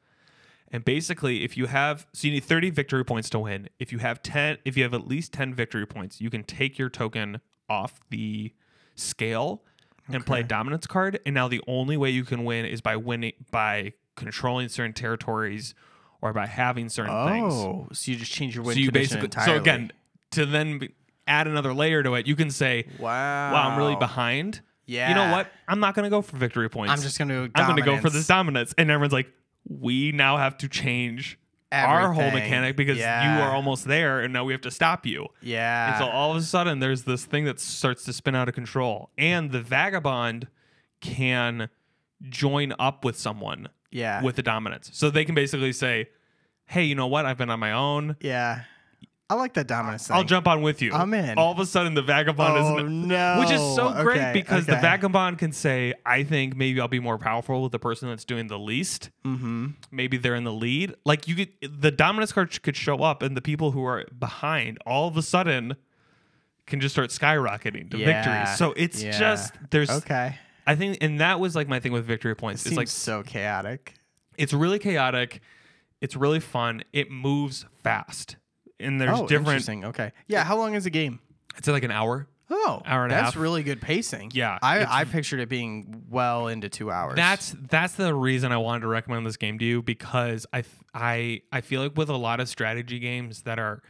And basically, if you have so you need 30 victory points to win. If you have 10, if you have at least 10 victory points, you can take your token off the scale and play a dominance card. And now the only way you can win is by winning by controlling certain territories or by having certain things
Oh, so you just change your win
so you
condition
basically
entirely.
so again to then be- add another layer to it you can say
wow.
wow i'm really behind you know
Yeah.
what i'm not going to go for victory points
I'm just going to.
i'm going to go for this dominance and everyone's like we now have to change our whole
Everything.
mechanic because you
Yeah.
are almost there and now we have to stop you
Yeah.
and so all of a sudden there's this thing that starts to spin out of control and the vagabond can join up with someone
yeah.
with the dominance so they can basically say hey you know what i've been on my own
yeah. I like that dominance thing.
I'll jump on with you.
I'm in.
All of a sudden, the vagabond
Oh
is,
no!
which is so great
Okay,
because the
okay.
vagabond can say, "I think maybe I'll be more powerful with the person that's doing the least.
Mhm.
Maybe they're in the lead. Like you, could, the dominance card sh- could show up, and the people who are behind all of a sudden can just start skyrocketing to
Yeah,
victory. So it's
yeah.
just there's,
Okay.
I think, and that was like my thing with victory points.
Seems
it's like
so chaotic.
it's really chaotic, it's really fun, it moves fast, and there's
oh,
different.
interesting. Okay. Yeah. How long is the game?
It's like an hour.
Oh,
Hour and a
that's
half.
really good pacing.
Yeah,
I,
it's-
I pictured it being well into two hours.
That's that's the reason I wanted to recommend this game to you because I f- I I feel like with a lot of strategy games that are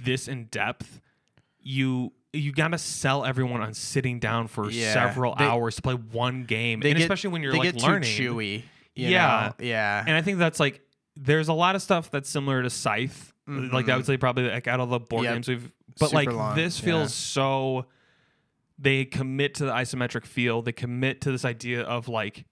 this in depth, you you gotta sell everyone on sitting down for
Yeah,
several
they-
hours to play one game,
They
and
get-
especially when you're
they
like
get
learning.
too chewy. you
Yeah.
know? yeah,
And I think that's like there's a lot of stuff that's similar to Scythe. Like I would say probably like out of the board
Mm-hmm. Yep.
games we've, but
Super
like
long,
this
yeah.
feels so. They commit to the isometric feel. They commit to this idea of like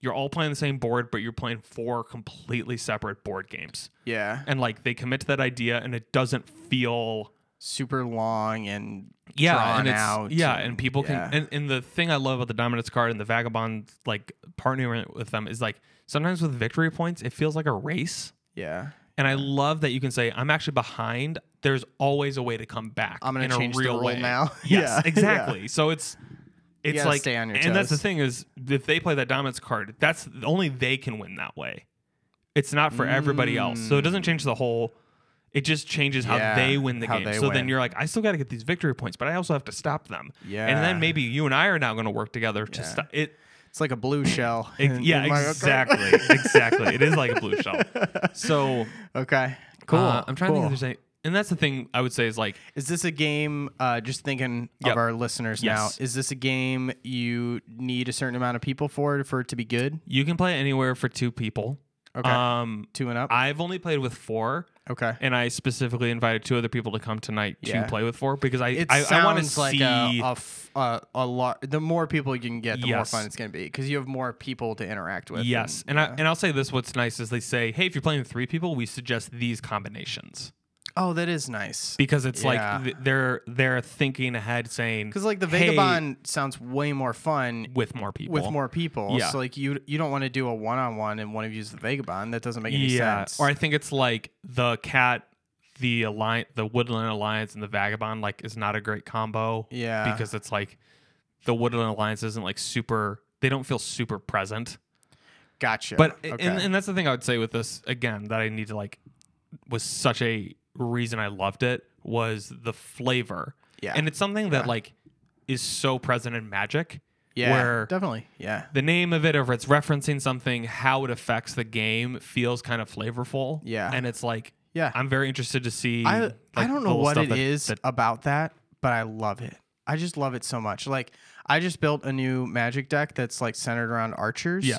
you're all playing the same board, but you're playing four completely separate board games,
yeah.
and like they commit to that idea, and it doesn't feel
Super long and
yeah,
drawn
and it's,
out.
Yeah, and people can.
yeah.
And, and the thing I love about the dominance card and the vagabond, like partnering with them, is like sometimes with victory points, it feels like a race.
yeah.
And I love that you can say, I'm actually behind. There's always a way to come back.
I'm gonna
in
change
a
the
real
rule
way.
now.
Yes,
Yeah,
exactly. So it's it's
gotta
like
stay on your
and that's the
toes.
thing is if they play that dominance card, that's only they can win that way. It's not for everybody else. So it doesn't change the whole it just changes how
Yeah,
they win the
how
game.
they
So then
win.
you're like, I still got to get these victory points, but I also have to stop them. And
Yeah.
then maybe you and I are now going to work together to stop it.
It's like a blue shell.
Ex-
in-
yeah,
in Mario Kart.
exactly, exactly. It is like a blue shell. So
Okay.
Cool.
Uh,
Uh, I'm trying
cool.
to think if there's any. and that's the thing I would say is like
Is this a game? Uh, just thinking
Yep.
of our listeners
Yes.
now. Is this a game you need a certain amount of people for for it to be good?
you can play anywhere for two people.
Okay,
Um,
two and up.
I've only played with four,
okay,
and I specifically invited two other people to come tonight
Yeah.
to play with four because I
it
I, I want
sounds
to
like
see
a a, f- a, a lot. The more people you can get, the more
Yes.
fun it's going to be because you have more people to interact with.
yes, and I and I'll say this: what's nice is they say, hey, if you're playing with three people, we suggest these combinations
oh, that is nice.
because it's
Yeah.
like th- they're they're thinking ahead, saying
Because like the
"Hey,"
vagabond sounds way more fun
with more people
with more people.
Yeah.
So like you you don't want to do a one on one and one of you's the vagabond. That doesn't make any
yeah,
sense.
or I think it's like the cat. The alliance, the woodland alliance, and the vagabond like is not a great combo.
yeah.
because it's like the Woodland Alliance isn't like super. They don't feel super present.
gotcha.
But
okay.
and, and that's the thing I would say with this again that I need to like was such a reason I loved it was the flavor.
yeah.
And it's something that
Yeah.
like is so present in Magic.
yeah.
where-
definitely. Yeah.
The name of it, or if it's referencing something, how it affects the game feels kind of flavorful.
Yeah.
And it's like
Yeah.
I'm very interested to see.
I
like,
I don't know
little
what
stuff
it is
that- that-
about that, but I love it. I just love it so much. Like I just built a new magic deck that's like centered around archers.
Yeah.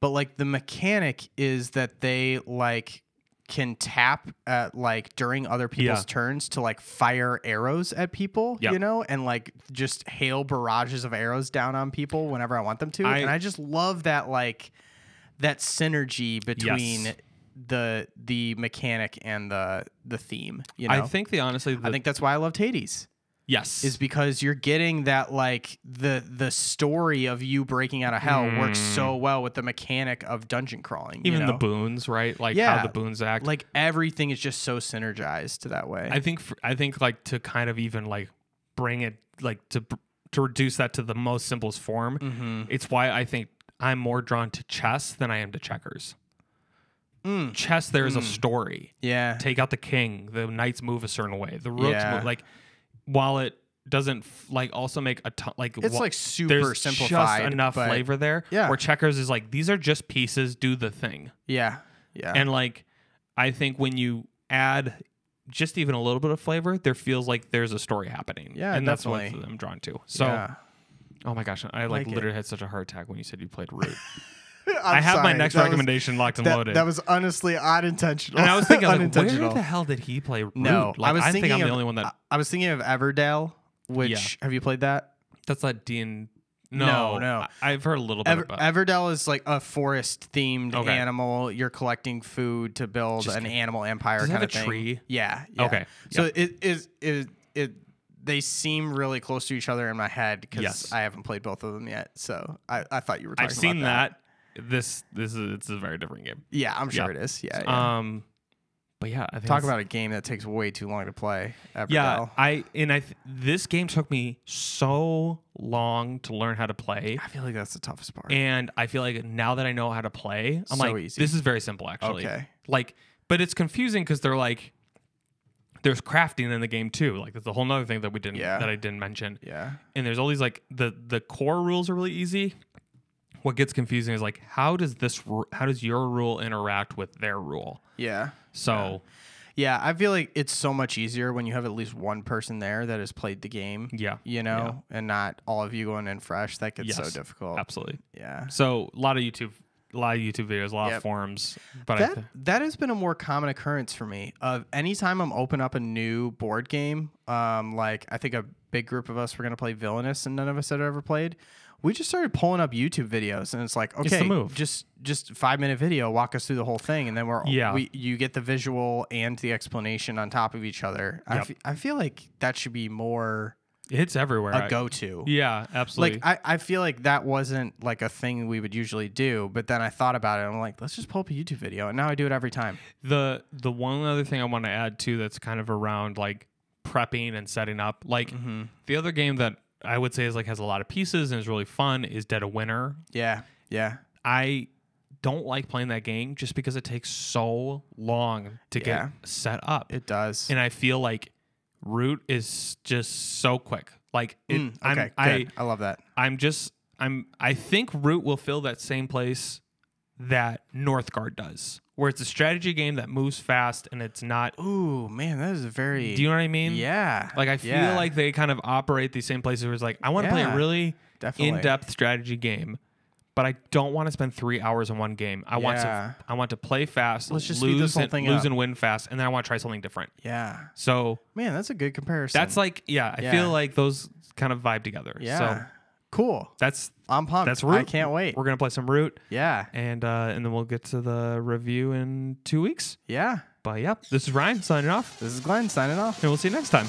But like the mechanic is that they like can tap at like during other people's
Yeah.
turns to like fire arrows at people,
Yep.
you know, and like just hail barrages of arrows down on people whenever I want them to.
I-
and I just love that like that synergy between the the mechanic and the the theme. You know,
I think the honestly, the,
I think that's why I loved Hades
yes,
is because you're getting that like the the story of you breaking out of hell works so well with the mechanic of dungeon crawling. you
Mm. even the
know?
boons, right? Like
Yeah,
how the boons act.
like everything is just so synergized that way.
I think for, I think like to kind of even like bring it like to br- to reduce that to the most simplest form.
Mm-hmm.
It's why I think I'm more drawn to chess than I am to checkers.
Mm.
Chess, there is a story.
yeah,
Take out the king. The knights move a certain way. The rooks
Yeah.
move like while it doesn't f- like also make a ton like
it's
wha-
like super
there's
simplified.
just enough
but
flavor there.
Yeah.
where checkers is like these are just pieces. Do the thing.
Yeah, yeah,
And like, I think when you add just even a little bit of flavor, there feels like there's a story happening.
Yeah,
and that's what
definitely.
I'm drawn to. So,
yeah.
oh my gosh, I like,
Like it.
literally had such a heart attack when you said you played Root.
I'm
I have my
sorry,
next
that was-
recommendation locked and
that,
loaded.
that was honestly unintentional.
and I was thinking, like, where
unintentional.
the hell did he play Root?
no,
like,
I was thinking
think I'm
of,
the only one that.
I, I was thinking of Everdell. Which have you played that?
that's not D and.
No,
No,
no.
I, have heard a little bit
Ever,
about.
Everdell is like a forest themed
Okay.
animal. You're collecting food to build
Just
an
kidding.
animal empire
Does it
kind
have
of
a
thing.
tree?
Yeah, yeah.
Okay,
So it is it, it they seem really close to each other in my head because
Yes.
I haven't played both of them yet. So I, I thought you were. Talking
I've seen
about that.
that. This this is it's a very different game.
Yeah, I'm sure
Yeah.
it is. Yeah. yeah.
Um, but yeah, I think
Talk
it's-
about a game that takes way too long to play. Everdell.
Yeah, I and I th- this game took me so long to learn how to play,
I feel like that's the toughest part.
and I feel like now that I know how to play, I'm
So
like,
easy.
this is very simple actually.
Okay.
Like, but it's confusing because they're like, there's crafting in the game too. Like, that's a whole nother thing that we didn't
Yeah.
that I didn't mention.
yeah.
And there's all these like the the core rules are really easy. What gets confusing is like, how does this ru- how does your rule interact with their rule?
Yeah.
So.
Yeah, I feel like it's so much easier when you have at least one person there that has played the game.
Yeah,
You know, and not all of you going in fresh. That gets so
Yes,
difficult.
Absolutely.
Yeah.
So a lot of YouTube, a lot of YouTube videos, a lot
Yep.
of forums. But I
That
th-
that has been a more common occurrence for me. Of anytime I'm open up a new board game, um, like I think a big group of us were gonna play Villainous and none of us had ever played. We just started pulling up YouTube videos and it's like, okay,
the move.
just just five minute video, walk us through the whole thing, and then we're
Yeah.
we, you get the visual and the explanation on top of each other. I
Yep.
fe- I feel like that should be more
it's everywhere.
a
I-
go to.
yeah, absolutely.
Like I, I feel like that wasn't like a thing we would usually do, but then I thought about it and I'm like, let's just pull up a YouTube video and now I do it every time.
the the one other thing I want to add too that's kind of around like prepping and setting up. Like
Mm-hmm.
the other game that I would say is like has a lot of pieces and is really fun is Dead of Winter.
Yeah. Yeah.
I don't like playing that game just because it takes so long to
Yeah.
get set up.
It does.
and I feel like Root is just so quick. Like it,
Mm,
I'm,
okay.
I
good. I love that.
I'm just I'm I think Root will fill that same place that Northgard does where it's a strategy game that moves fast and it's not.
Ooh, man, that is a very.
Do you know what I mean?
Yeah.
Like I feel
yeah,
like they kind of operate these same places where it's like I want to play
Yeah,
a really
definitely.
in-depth strategy game, but I don't want to spend three hours on one game. I want
Yeah.
to I want to play fast,
Let's just speed
lose
this whole
and,
thing
lose
up.
and win fast, and then I want to try something different.
Yeah.
So
Man, that's a good comparison.
that's like yeah, I
Yeah.
feel like those kind of vibe together.
Yeah.
So
cool.
that's
I'm pumped.
that's root.
I can't wait.
We're gonna play some root,
Yeah.
and uh, and then we'll get to the review in two weeks.
Yeah.
But yep, this is Ryan signing off,
This is Glenn signing off.
and we'll see you next time.